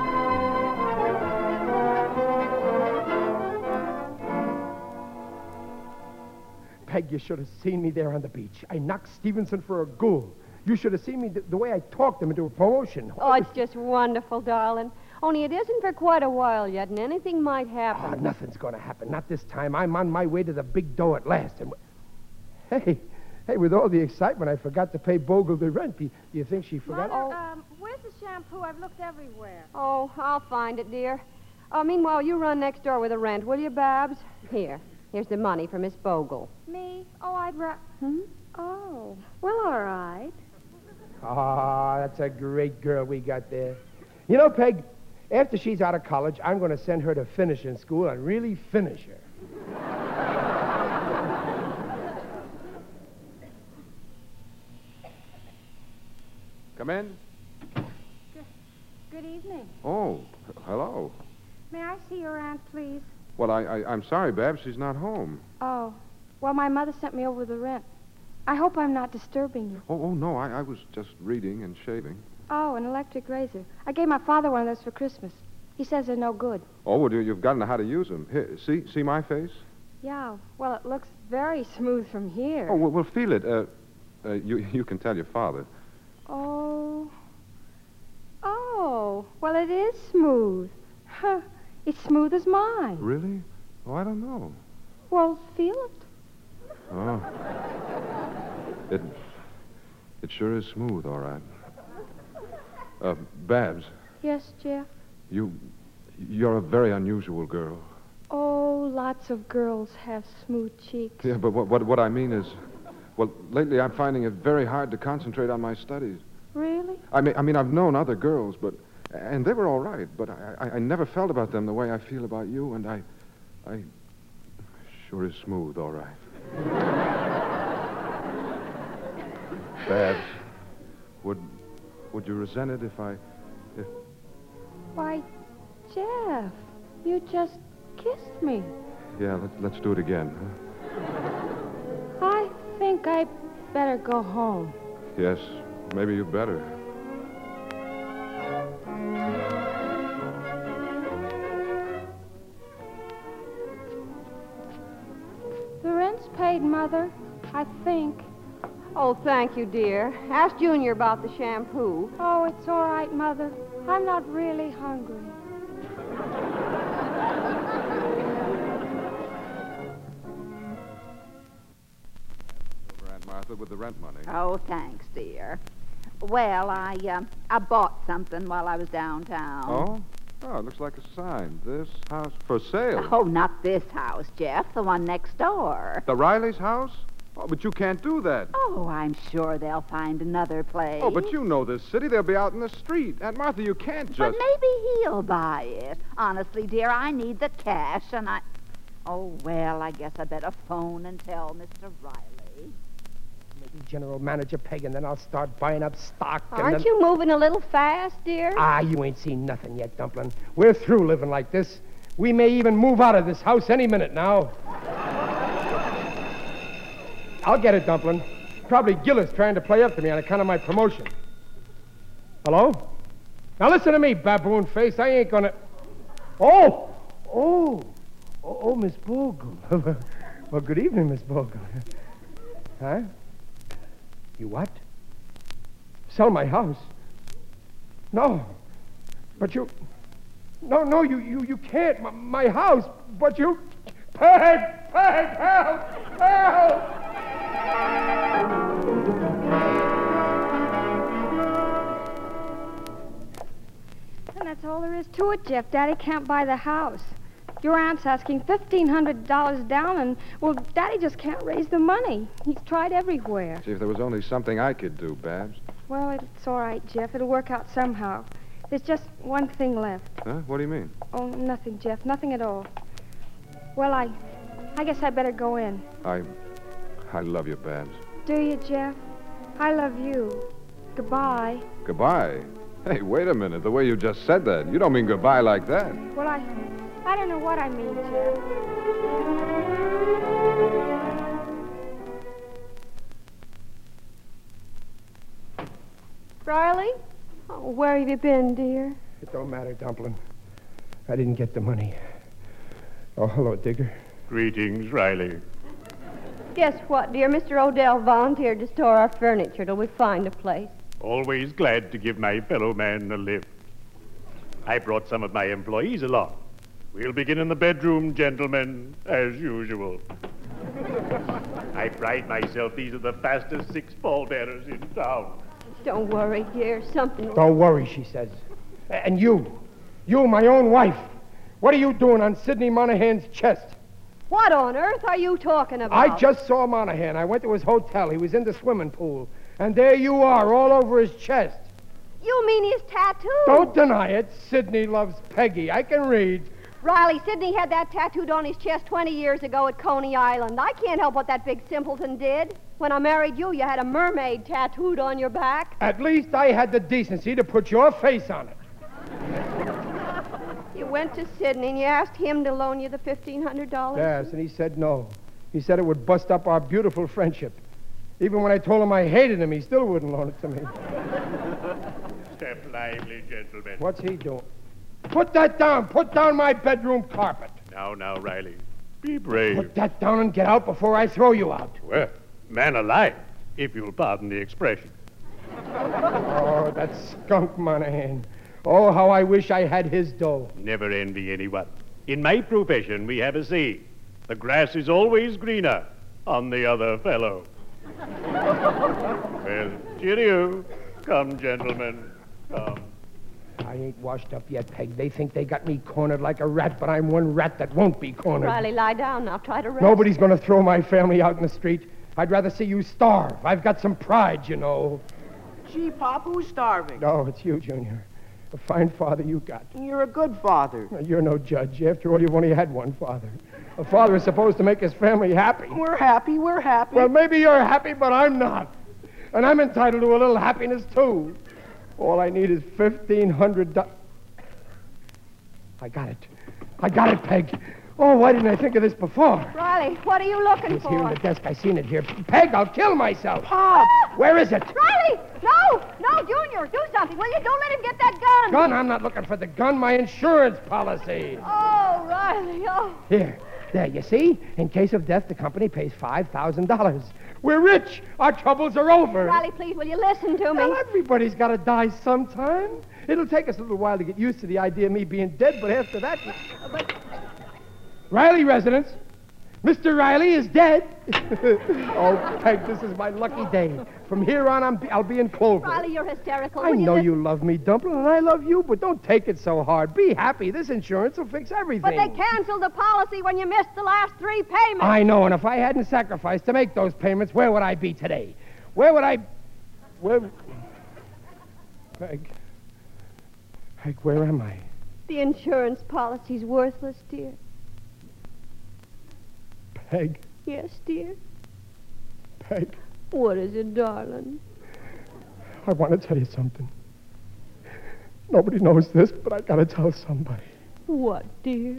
Speaker 4: Peg, you should have seen me there on the beach. I knocked Stevenson for a ghoul. You should have seen me th- the way I talked him into a promotion.
Speaker 5: Oh, it's just wonderful, darling. Only it isn't for quite a while yet, and anything might
Speaker 4: Ah,
Speaker 5: happen.
Speaker 4: nothing's going to happen. Not this time. I'm on my way to the big dough at last. And w- hey, hey, with all the excitement, I forgot to pay Bogle the rent. Do do you think she forgot?
Speaker 7: um, where's the shampoo? I've looked everywhere.
Speaker 5: Oh, I'll find it, dear. Uh, meanwhile, you run next door with the rent, will you, Babs? Here. Here's the money for Miss Bogle.
Speaker 7: Me? Oh, I'd ra- Hmm? Oh. Well, all right.
Speaker 4: Ah, that's a great girl we got there. You know, Peg, after she's out of college, I'm going to send her to finishing school and really finish her.
Speaker 18: Come in.
Speaker 7: Good evening.
Speaker 8: Oh, h- hello.
Speaker 7: May I see your aunt, please?
Speaker 8: Well, I, I, I'm sorry, Babs. She's not home.
Speaker 7: Oh. Well, my mother sent me over the rent. I hope I'm not disturbing you.
Speaker 8: Oh, oh no, I, I was just reading and shaving.
Speaker 7: Oh, an electric razor. I gave my father one of those for Christmas. He says they're no good.
Speaker 8: Oh, well, you, you've gotten how to use them. Here, see, see my face?
Speaker 7: Yeah, well, it looks very smooth from here.
Speaker 8: Oh, well, well feel it. Uh, uh, you, you can tell your father.
Speaker 7: Oh. Oh, well, it is smooth. Huh. It's smooth as mine.
Speaker 8: Really? Oh, I don't know.
Speaker 7: Well, feel it.
Speaker 8: Oh. It, it sure is smooth, all right. Uh, Babs,
Speaker 7: Yes, Jeff.
Speaker 8: you, you're a very unusual girl.
Speaker 7: Oh, lots of girls have smooth cheeks.
Speaker 8: Yeah, but what, what, what I mean is, Well, lately I'm finding it very hard to concentrate on my studies.
Speaker 7: Really?
Speaker 8: I mean, I mean, I've known other girls, but and they were all right, but I, I, I never felt about them the way I feel about you, and I, I, sure is smooth, all right. Babs, would, would you resent it if I, if
Speaker 7: Why, Jeff, you just kissed me.
Speaker 8: yeah, let, let's do it again. Huh?
Speaker 7: I think I better go home.
Speaker 8: Yes, maybe you better.
Speaker 7: The rent's paid, Mother, I think.
Speaker 5: Oh, thank you, dear. Ask Junior about the shampoo.
Speaker 7: Oh, it's all right, Mother. I'm not really hungry.
Speaker 8: Over, Aunt Martha, with the rent money.
Speaker 9: Oh, thanks, dear. Well, I uh, I bought something while I was downtown.
Speaker 8: Oh? Oh, it looks like a sign. This house for sale.
Speaker 9: Oh, not this house, Jeff. The one next door.
Speaker 8: The Riley's house? Oh, but you can't do that.
Speaker 9: Oh, I'm sure they'll find another place.
Speaker 8: Oh, but you know this city. They'll be out in the street. Aunt Martha, you can't
Speaker 9: But
Speaker 8: just.
Speaker 9: maybe he'll buy it. Honestly, dear, I need the cash, and I. Oh well, I guess I better phone and tell Mr. Riley.
Speaker 4: Maybe General Manager Peg, and then I'll start buying up stock. and
Speaker 5: Aren't
Speaker 4: then-
Speaker 5: you moving a little fast, dear?
Speaker 4: Ah, you ain't seen nothing yet, Dumplin'. We're through living like this. We may even move out of this house any minute now. I'll get it, Dumplin'. Probably Gillis trying to play up to me on account of my promotion. Hello? Now listen to me, baboon face. I ain't gonna. Oh! Oh! Oh, oh Miss Bogle. well, good evening, Miss Bogle. huh? You what? Sell my house? No. But you. No, no, you, you, you can't. My, my house. But you. Peg! Peg! Help! Help!
Speaker 7: And that's all there is to it, Jeff. Daddy can't buy the house. Your aunt's asking $1,500 down, and, well, Daddy just can't raise the money. He's tried everywhere.
Speaker 8: Gee, if there was only something I could do, Babs.
Speaker 7: Well, it's all right, Jeff. It'll work out somehow. There's just one thing left.
Speaker 8: Huh? What do you mean?
Speaker 7: Oh, nothing, Jeff. Nothing at all. Well, I, I guess I better go in.
Speaker 8: I. I love you, Babs.
Speaker 7: Do you, Jeff? I love you. Goodbye.
Speaker 8: Goodbye. Hey, wait a minute. The way you just said that, you don't mean goodbye like that.
Speaker 7: Well, I, I don't know what I mean, Jeff.
Speaker 5: Riley? Oh, where have you been, dear?
Speaker 4: It don't matter, Dumplin. I didn't get the money. Oh, hello, Digger.
Speaker 12: Greetings, Riley.
Speaker 5: Guess what, dear? Mr. Odell volunteered to store our furniture till we find a place.
Speaker 12: Always glad to give my fellow man a lift. I brought some of my employees along. We'll begin in the bedroom, gentlemen, as usual. I pride myself these are the fastest six pallbearers in town.
Speaker 5: Don't worry, dear. Something.
Speaker 4: Don't worry, she says. A- And you. You, my own wife. What are you doing on Sidney Monahan's chest?
Speaker 5: What on earth are you talking about?
Speaker 4: I just saw Monahan. I went to his hotel. He was in the swimming pool. And there you are, all over his chest.
Speaker 5: You mean his tattoo?
Speaker 4: Don't deny it. Sidney loves Peggy. I can read.
Speaker 5: Riley, Sidney had that tattooed on his chest 20 years ago at Coney Island. I can't help what that big simpleton did. When I married you, you had a mermaid tattooed on your back.
Speaker 4: At least I had the decency to put your face on it.
Speaker 5: You went to Sidney and you asked him to loan you the $1,500.
Speaker 4: Yes, and he said no. He said it would bust up our beautiful friendship. Even when I told him I hated him, he still wouldn't loan it to me.
Speaker 12: Step lively, gentlemen.
Speaker 4: What's he doing? Put that down. Put down my bedroom carpet.
Speaker 12: Now, now, Riley. Be brave.
Speaker 4: Put that down and get out before I throw you out.
Speaker 12: Well, man alive, if you'll pardon the expression.
Speaker 4: Oh, that skunk Monahan. Oh, how I wish I had his dough.
Speaker 12: Never envy anyone. In my profession, we have a saying the grass is always greener on the other fellow. well, cheerio. Come, gentlemen. Come.
Speaker 4: I ain't washed up yet, Peg. They think they got me cornered like a rat, but I'm one rat that won't be cornered.
Speaker 5: Riley, lie down now. Try to rest.
Speaker 4: Nobody's going to throw my family out in the street. I'd rather see you starve. I've got some pride, you know.
Speaker 6: Gee, Pop, who's starving?
Speaker 4: No, it's you, Junior. A fine father you got.
Speaker 6: You're a good father.
Speaker 4: You're no judge. After all, you've only had one father. A father is supposed to make his family happy.
Speaker 6: We're happy, we're happy.
Speaker 4: Well, maybe you're happy, but I'm not. And I'm entitled to a little happiness, too. All I need is $1,500. I got it. I got it, Peg. Oh, why didn't I think of this before?
Speaker 5: Riley, what are you looking
Speaker 4: It's
Speaker 5: for?
Speaker 4: here in the desk. I seen it here. Peg, I'll kill myself.
Speaker 6: Pop!
Speaker 4: Where is it?
Speaker 5: Riley! No! No, Junior! Do something, will you? Don't let him get that gun!
Speaker 4: Gun? I'm not looking for the gun. My insurance policy.
Speaker 5: Oh, Riley, oh.
Speaker 4: Here. There, you see? In case of death, the company pays $5,000. We're rich. Our troubles are over.
Speaker 5: Riley, please, will you listen to me?
Speaker 4: Well, everybody's got to die sometime. It'll take us a little while to get used to the idea of me being dead, but after that. Riley residence. Mr. Riley is dead. oh, Peg, this is my lucky day. From here on, I'm be- I'll be in Clover.
Speaker 5: Riley, you're hysterical.
Speaker 4: I
Speaker 5: Will
Speaker 4: know
Speaker 5: you,
Speaker 4: you love me, Dumplin', and I love you, but don't take it so hard. Be happy. This insurance will fix everything.
Speaker 5: But they canceled the policy when you missed the last three payments.
Speaker 4: I know, and if I hadn't sacrificed to make those payments, where would I be today? Where would I. Where. Peg. Peg, where am I?
Speaker 5: The insurance policy's worthless, dear.
Speaker 4: Peg.
Speaker 5: Yes, dear.
Speaker 4: Peg.
Speaker 5: What is it, darling?
Speaker 4: I want to tell you something. Nobody knows this, but I gotta tell somebody.
Speaker 5: What, dear?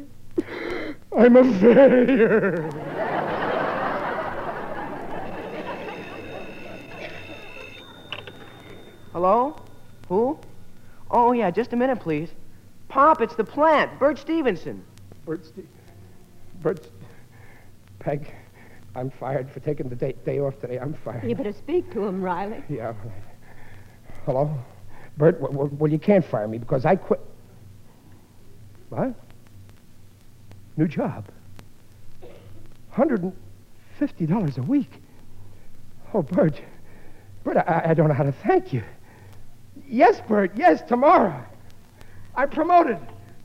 Speaker 4: I'm a failure.
Speaker 6: Hello? Who? Oh, yeah, just a minute, please. Pop, it's the plant, Bert Stevenson.
Speaker 4: Bert Ste- Bert. Ste- Peg, I'm fired for taking the day, day off today. I'm fired.
Speaker 5: You better speak to him, Riley.
Speaker 4: Yeah, all right. Hello? Bert, w- w- well, you can't fire me because I quit. What? New job. $150 a week. Oh, Bert. Bert, I, I don't know how to thank you. Yes, Bert, yes, tomorrow. I'm promoted.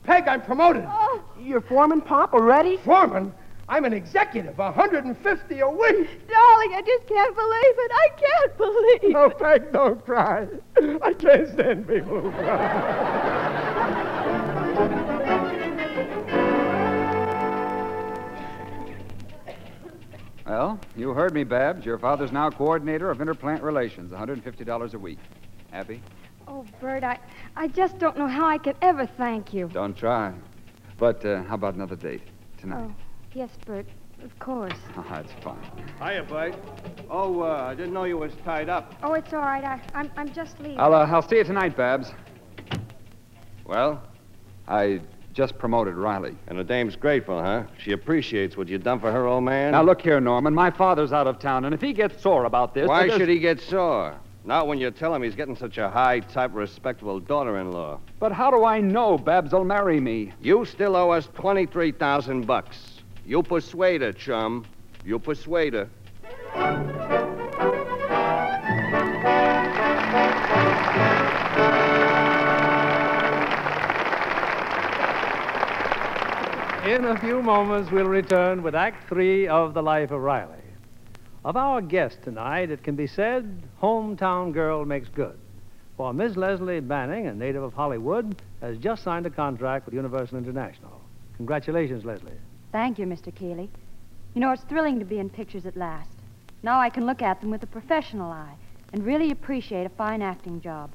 Speaker 4: Peg, I'm promoted.
Speaker 6: Oh, you're foreman, Pop, already?
Speaker 4: Foreman? I'm an executive, 150 a week.
Speaker 5: Darling, I just can't believe it. I can't believe
Speaker 4: No, Peg, don't cry. I can't stand people who cry.
Speaker 18: Well, you heard me, Babs. Your father's now coordinator of interplant relations, $150 a week. Happy?
Speaker 7: Oh, Bert, I, I just don't know how I can ever thank you.
Speaker 18: Don't try. But uh, how about another date tonight?
Speaker 7: Oh, yes, Bert, of course.
Speaker 18: Oh, that's fine.
Speaker 17: Hiya, Bud. Oh, uh, I didn't know you was tied up.
Speaker 7: Oh, it's all right. I, I'm, I'm just leaving.
Speaker 18: I'll, uh, I'll see you tonight, Babs. Well, I just promoted Riley.
Speaker 17: And the dame's grateful, huh? She appreciates what you done for her old man.
Speaker 18: Now, look here, Norman. My father's out of town, and if he gets sore about this.
Speaker 17: Why
Speaker 18: there's-
Speaker 17: should he get sore? Not when you tell him he's getting such a high type respectable daughter in law.
Speaker 18: But how do I know Babs will marry me?
Speaker 17: You still owe us twenty three thousand bucks. You persuade her, chum. You persuade her.
Speaker 2: In a few moments, we'll return with Act Three of The Life of Riley. Of our guest tonight, it can be said, hometown girl makes good. For Ms. Leslie Banning, a native of Hollywood, has just signed a contract with Universal International. Congratulations, Leslie.
Speaker 20: Thank you, Mr. Keeley. You know, it's thrilling to be in pictures at last. Now I can look at them with a professional eye and really appreciate a fine acting job.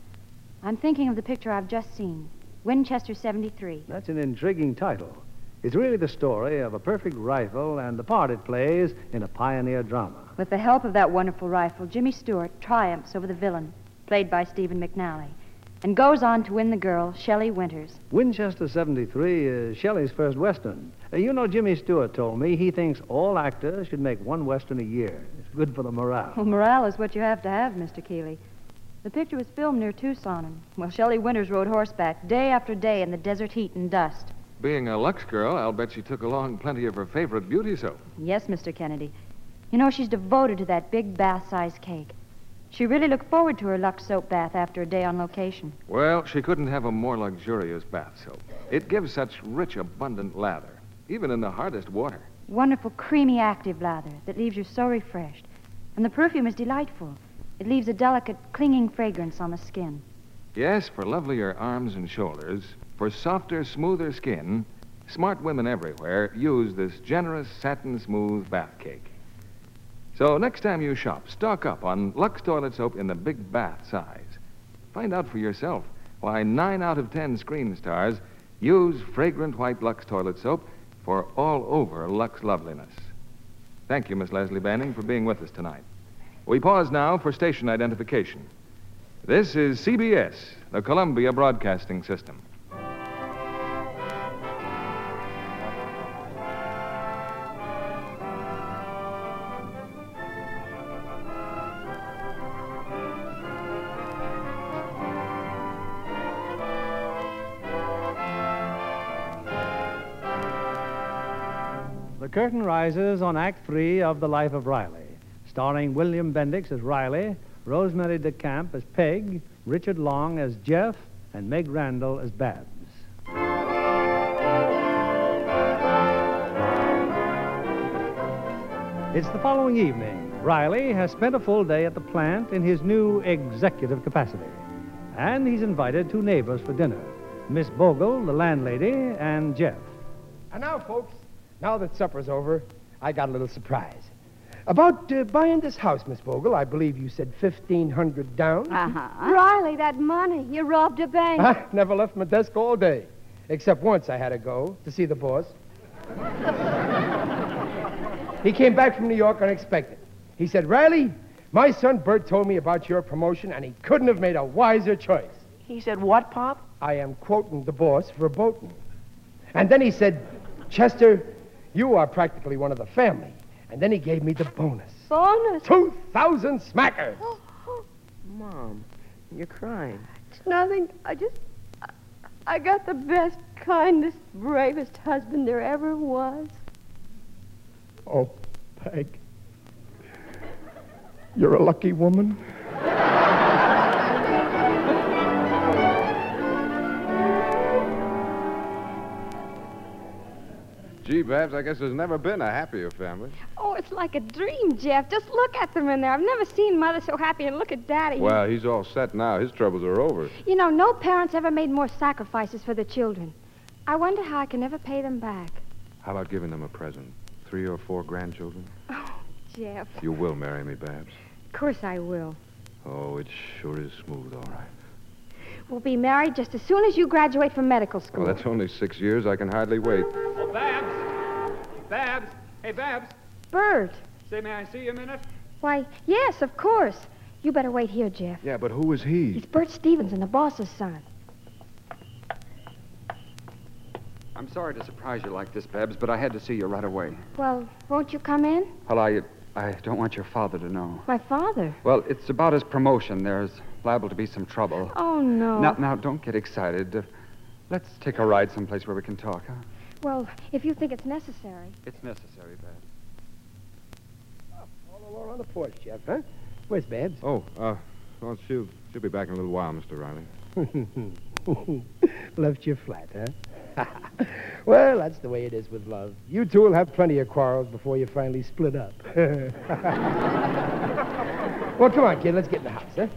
Speaker 20: I'm thinking of the picture I've just seen Winchester 73.
Speaker 2: That's an intriguing title. It's really the story of a perfect rifle and the part it plays in a pioneer drama.
Speaker 20: With the help of that wonderful rifle, Jimmy Stewart triumphs over the villain, played by Stephen McNally, and goes on to win the girl, Shelley Winters.
Speaker 2: Winchester 73 is Shelley's first Western. Uh, you know, Jimmy Stewart told me he thinks all actors should make one Western a year. It's good for the morale.
Speaker 20: Well, morale is what you have to have, Mr. Keeley. The picture was filmed near Tucson, and, well, Shelley Winters rode horseback day after day in the desert heat and dust.
Speaker 1: Being a Lux girl, I'll bet she took along plenty of her favorite beauty soap.
Speaker 20: Yes, Mr. Kennedy. You know, she's devoted to that big bath sized cake. She really looked forward to her Lux soap bath after a day on location.
Speaker 1: Well, she couldn't have a more luxurious bath soap. It gives such rich, abundant lather, even in the hardest water.
Speaker 20: Wonderful, creamy, active lather that leaves you so refreshed. and the perfume is delightful. It leaves a delicate, clinging fragrance on the skin.
Speaker 1: Yes, for lovelier arms and shoulders, for softer, smoother skin, smart women everywhere use this generous satin smooth bath cake. So next time you shop, stock up on Lux toilet soap in the big bath size. Find out for yourself why nine out of ten screen stars use fragrant white Lux toilet soap for all over Lux loveliness. Thank you, Miss Leslie Banning, for being with us tonight. We pause now for station identification. This is CBS, the Columbia Broadcasting System.
Speaker 2: The curtain rises on Act Three of The Life of Riley, starring William Bendix as Riley, Rosemary DeCamp as Peg, Richard Long as Jeff, and Meg Randall as Babs. It's the following evening. Riley has spent a full day at the plant in his new executive capacity, and he's invited two neighbors for dinner Miss Bogle, the landlady, and Jeff.
Speaker 4: And now, folks, now that supper's over, I got a little surprise. About uh, buying this house, Miss Bogle, I believe you said 1500 down.
Speaker 5: Uh-huh. Riley, that money. You robbed a bank.
Speaker 4: I never left my desk all day, except once I had to go to see the boss. he came back from New York unexpected. He said, Riley, my son Bert told me about your promotion, and he couldn't have made a wiser choice.
Speaker 6: He said, What, Pop?
Speaker 4: I am quoting the boss verboten. And then he said, Chester, you are practically one of the family. And then he gave me the bonus
Speaker 5: Bonus.
Speaker 4: 2,000 smackers.
Speaker 6: Mom, you're crying.
Speaker 5: It's nothing. I just. I- I got the best, kindest, bravest husband there ever was.
Speaker 4: Oh, Peg. You're a lucky woman.
Speaker 8: Gee, Babs, I guess there's never been a happier family.
Speaker 7: Oh, it's like a dream, Jeff. Just look at them in there. I've never seen Mother so happy, and look at Daddy.
Speaker 8: Well, he's all set now. His troubles are over.
Speaker 7: You know, no parents ever made more sacrifices for their children. I wonder how I can ever pay them back.
Speaker 8: How about giving them a present? Three or four grandchildren?
Speaker 7: Jeff,
Speaker 8: You will marry me, Babs.
Speaker 7: of course I will.
Speaker 8: Oh, it sure is smooth, all right.
Speaker 7: We'll be married just as soon as you graduate from medical school.
Speaker 8: Well, that's only six years. I can hardly wait.
Speaker 11: Oh, Babs! Babs! Hey, Babs!
Speaker 7: Bert.
Speaker 11: Say, may I see you a minute?
Speaker 7: Why, yes, of course. You better wait here, Jeff.
Speaker 8: Yeah, but who is he?
Speaker 7: It's Bert Stevenson, the boss's son.
Speaker 18: I'm sorry to surprise you like this, Babs, but I had to see you right away.
Speaker 7: Well, won't you come in?
Speaker 18: Well, I, I don't want your father to know.
Speaker 7: My father.
Speaker 18: Well, it's about his promotion. There's liable to be some trouble.
Speaker 7: Oh, no.
Speaker 18: Now, now, don't get excited. Uh, let's take a ride someplace where we can talk, huh?
Speaker 7: Well, if you think it's necessary.
Speaker 18: It's necessary, Babs.
Speaker 4: All alone on the porch, Jeff, huh? Where's Babs?
Speaker 8: Oh, uh, well, she'll, she'll be back in a little while, Mr. Riley.
Speaker 4: Left you flat, huh? well, that's the way it is with love. You two will have plenty of quarrels before you finally split up. well, come on, kid. Let's get in the house, huh?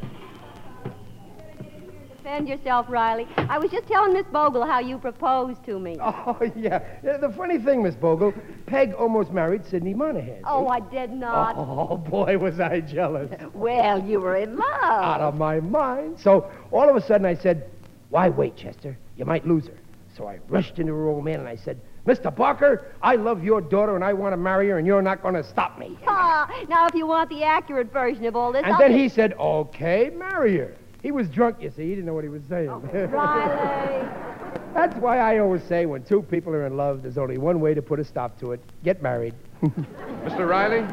Speaker 5: Defend yourself, Riley. I was just telling Miss Bogle how you proposed to me.
Speaker 4: Oh, yeah. Uh, The funny thing, Miss Bogle, Peg almost married Sidney Monahan.
Speaker 5: Oh, I did not.
Speaker 4: Oh, boy, was I jealous.
Speaker 9: Well, you were in love.
Speaker 4: Out of my mind. So all of a sudden I said, Why wait, Chester? You might lose her. So I rushed into her old man and I said, Mr. Barker, I love your daughter and I want to marry her and you're not going to stop me.
Speaker 5: Ah, now, if you want the accurate version of all this,
Speaker 4: And
Speaker 5: I'll
Speaker 4: then
Speaker 5: just-
Speaker 4: he said, Okay, marry her. He was drunk, you see. He didn't know what he was saying.
Speaker 5: Riley.
Speaker 4: That's why I always say when two people are in love, there's only one way to put a stop to it get married.
Speaker 8: Mr. Riley,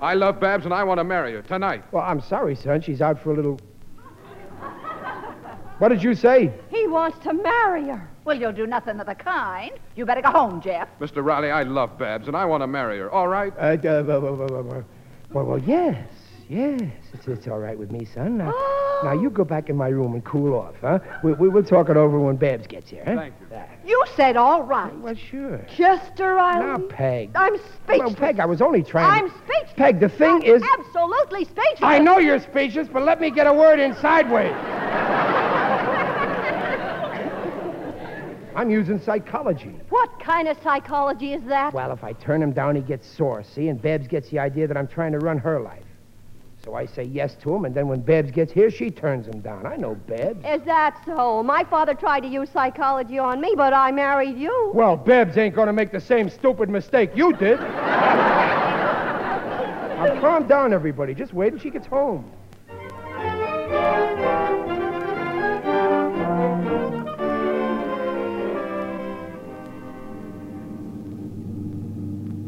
Speaker 8: I love Babs and I want to marry her tonight.
Speaker 4: Well, I'm sorry, son. She's out for a little. What did you say?
Speaker 5: He wants to marry her.
Speaker 9: Well, you'll do nothing of the kind. You better go home, Jeff.
Speaker 8: Mr. Riley, I love Babs and I want to marry her, all right?
Speaker 4: Uh, uh, well, well, well, well, well, well, yes. Yes, it's, it's all right with me, son. Now, now you go back in my room and cool off, huh? We, we, we'll talk it over when Babs gets here, huh?
Speaker 18: Thank
Speaker 4: you.
Speaker 5: You said all right.
Speaker 4: Well, sure.
Speaker 5: Chester Riley?
Speaker 4: Peg.
Speaker 5: I'm
Speaker 4: Well,
Speaker 5: speechless.
Speaker 4: Peg, I was only trying.
Speaker 5: I'm
Speaker 4: to-
Speaker 5: speechless.
Speaker 4: Peg, the thing
Speaker 5: I'm
Speaker 4: is.
Speaker 5: Absolutely speechless.
Speaker 4: I know you're speechless, but let me get a word in sideways. I'm using psychology.
Speaker 5: What kind of psychology is that?
Speaker 4: Well, if I turn him down, he gets sore, see? And Babs gets the idea that I'm trying to run her life. So I say yes to him, and then when Babs gets here, she turns him down. I know Babs.
Speaker 5: Is that so? My father tried to use psychology on me, but I married you.
Speaker 4: Well, Babs ain't gonna make the same stupid mistake you did. now, calm down, everybody. Just wait till she gets home.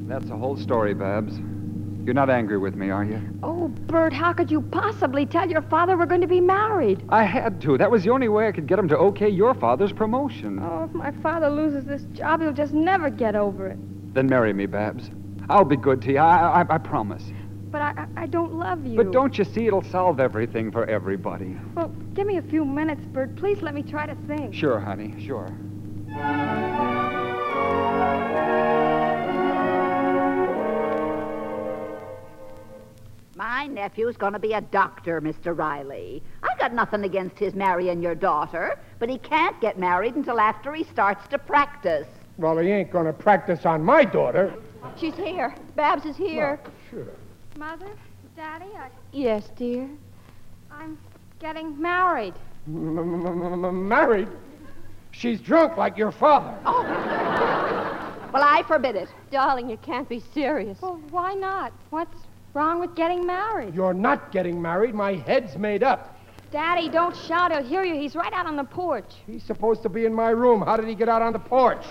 Speaker 18: That's the whole story, Babs. You're not angry with me, are you?
Speaker 16: Oh, Bert, how could you possibly tell your father we're going to be married?
Speaker 18: I had to. That was the only way I could get him to okay your father's promotion.
Speaker 7: Oh, if my father loses this job, he'll just never get over it.
Speaker 18: Then marry me, Babs. I'll be good to you. I, I, I promise.
Speaker 7: But I, I I don't love you.
Speaker 18: But don't you see, it'll solve everything for everybody.
Speaker 7: Well, give me a few minutes, Bert. Please let me try to think.
Speaker 18: Sure, honey, sure.
Speaker 9: My nephew's going to be a doctor, Mr. Riley. I've got nothing against his marrying your daughter, but he can't get married until after he starts to practice.
Speaker 4: Well, he ain't gonna practice on my daughter.
Speaker 5: She's here. Babs is here.
Speaker 4: Sure.
Speaker 7: Mother, Daddy, I,
Speaker 4: Yes, dear.
Speaker 7: I'm getting married.
Speaker 4: Married? She's drunk like your father.
Speaker 5: Oh. Well, I forbid it. Darling, you can't be serious.
Speaker 7: Well, why not? What's wrong with getting married?
Speaker 4: You're not getting married. My head's made up.
Speaker 7: Daddy, don't shout. He'll hear you. He's right out on the porch.
Speaker 4: He's supposed to be in my room. How did he get out on the porch?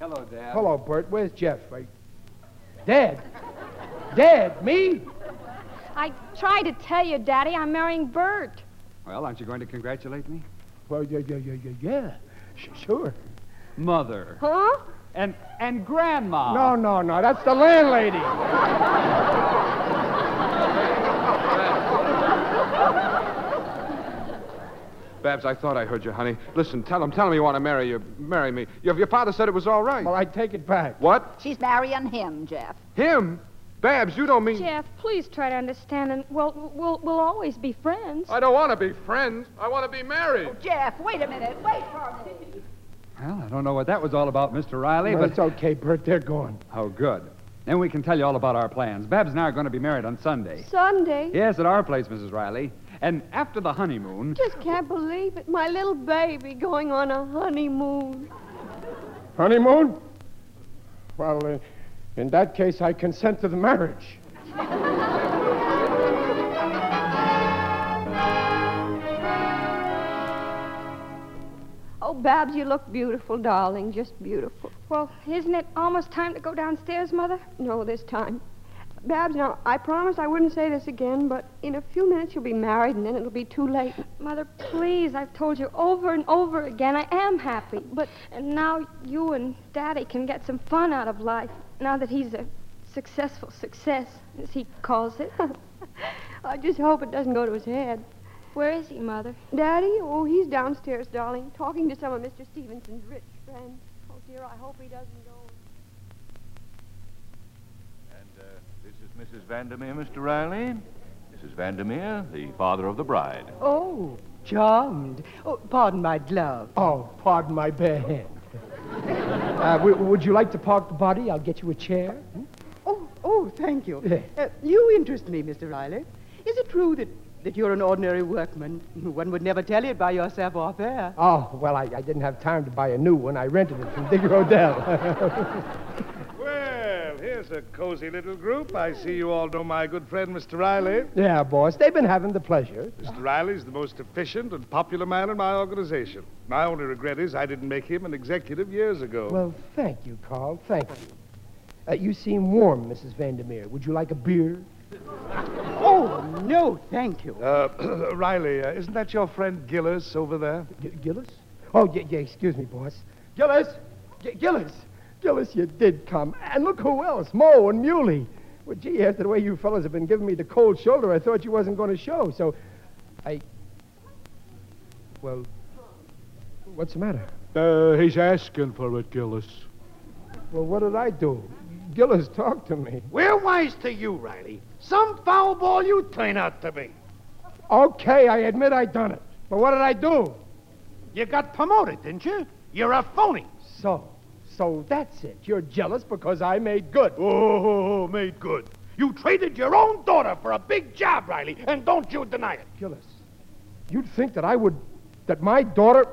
Speaker 18: Hello, Dad.
Speaker 4: Hello, Bert. Where's Jeff? I... Dead? Dead? Me?
Speaker 7: I tried to tell you, Daddy, I'm marrying Bert.
Speaker 18: Well, aren't you going to congratulate me?
Speaker 4: Well, yeah, yeah, yeah, yeah, yeah. Sh- sure.
Speaker 18: Mother.
Speaker 5: Huh?
Speaker 18: And and grandma.
Speaker 4: No, no, no. That's the landlady.
Speaker 8: Oh, Babs, I thought I heard you, honey. Listen, tell him, tell him you want to marry you, marry me. Your, your father said it was all right. Well,
Speaker 4: I take it back.
Speaker 8: What?
Speaker 9: She's marrying him, Jeff.
Speaker 8: Him? Babs, you don't mean.
Speaker 7: Jeff, please try to understand, and we'll, we'll, we'll always be friends.
Speaker 8: I don't want to be friends. I want to be married.
Speaker 9: Jeff, wait a minute. Wait for me.
Speaker 18: Well, I don't know what that was all about, Mr. Riley,
Speaker 4: No,
Speaker 18: but.
Speaker 4: it's okay, Bert. They're gone.
Speaker 18: Oh, good. Then we can tell you all about our plans. Babs and I are going to be married on Sunday.
Speaker 5: Sunday.
Speaker 18: Yes, at our place, Mrs. Riley. And after the honeymoon.
Speaker 5: Just can't believe it. My little baby going on a honeymoon.
Speaker 4: Honeymoon? Well, uh, in that case, I consent to the marriage.
Speaker 5: Oh, Babs, you look beautiful, darling. Just beautiful.
Speaker 7: Well, isn't it almost time to go downstairs, Mother?
Speaker 5: No, this time. Babs, now, I promised I wouldn't say this again, but in a few minutes you'll be married, and then it'll be too late.
Speaker 7: Mother, please, I've told you over and over again, I am happy. But and now you and Daddy can get some fun out of life, now that he's a successful success, as he calls it.
Speaker 5: I just hope it doesn't go to his head.
Speaker 7: Where is he, Mother?
Speaker 5: Daddy? Oh, he's downstairs, darling, talking to some of Mr. Stevenson's rich friends. Oh, dear, I hope he doesn't go.
Speaker 21: And uh, this is Mrs. Vandermeer, Mr. Riley. Mrs. Vandermeer, the father of the bride.
Speaker 22: Oh, charmed. Oh, pardon my glove.
Speaker 4: Oh, pardon my bare hand. Uh, w- would you like to park the body? I'll get you a chair.
Speaker 22: Oh, oh, thank you.
Speaker 4: Yeah.
Speaker 22: Uh, you interest me, Mr. Riley. Is it true that, that you're an ordinary workman? One would never tell it by yourself off air.
Speaker 4: Oh, well, I, I didn't have time to buy a new one. I rented it from Dick Rodell.
Speaker 19: Well, here's a cozy little group. I see you all know my good friend, Mr. Riley.
Speaker 4: yeah, boss. They've been having the pleasure.
Speaker 19: Mr. Riley's the most efficient and popular man in my organization. My only regret is I didn't make him an executive years ago.
Speaker 4: Well, thank you, Carl. Thank you. Uh, you seem warm, Mrs. Vandermeer. Would you like a beer?
Speaker 22: Oh, no, thank you.
Speaker 19: Uh, Riley, uh, isn't that your friend Gillis over there?
Speaker 4: Gillis? Oh, yeah, yeah, excuse me, boss. Gillis! G- Gillis! Gillis, you did come. And look who else, Mo and Muley. Well, gee, after the way you fellas have been giving me the cold shoulder, I thought you wasn't going to show, so I. Well, what's the matter?
Speaker 23: Uh, he's asking for it, Gillis.
Speaker 4: Well, what did I do? Gillis talked to me.
Speaker 3: We're wise to you, Riley. Some foul ball you turn out to be.
Speaker 4: Okay, I admit I done it. But what did I do?
Speaker 3: You got promoted, didn't you? You're a phony.
Speaker 4: So, so that's it. You're jealous because I made good.
Speaker 3: Oh, made good. You traded your own daughter for a big job, Riley, and don't you deny it.
Speaker 4: Gillis, you'd think that I would, that my daughter.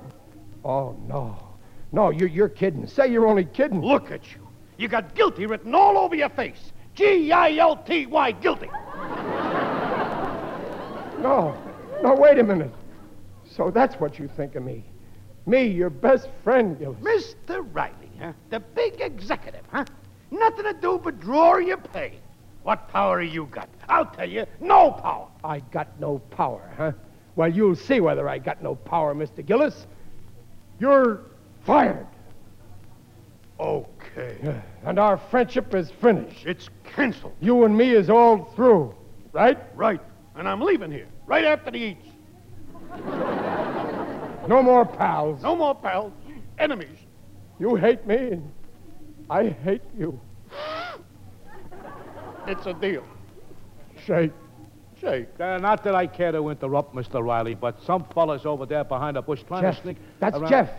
Speaker 4: Oh no, no, you're you're kidding. Say you're only kidding.
Speaker 3: Look at you. You got guilty written all over your face. G I L T Y, guilty.
Speaker 4: No, no, wait a minute. So that's what you think of me, me, your best friend, Gillis.
Speaker 3: Mr. Riley, huh? The big executive, huh? Nothing to do but draw your pay. What power you got? I'll tell you, no power.
Speaker 4: I got no power, huh? Well, you'll see whether I got no power, Mr. Gillis. You're fired.
Speaker 3: Okay.
Speaker 4: And our friendship is finished.
Speaker 3: It's canceled.
Speaker 4: You and me is all through, right?
Speaker 3: Right. And I'm leaving here, right after the eats.
Speaker 4: No more pals.
Speaker 3: No more pals. Enemies.
Speaker 4: You hate me, and I hate you.
Speaker 3: It's a deal.
Speaker 4: Shake.
Speaker 23: Shake. Uh, not that I care to interrupt, Mr. Riley, but some fella's over there behind a bush trying
Speaker 4: Jeff,
Speaker 23: to sneak.
Speaker 4: that's
Speaker 23: around-
Speaker 4: Jeff.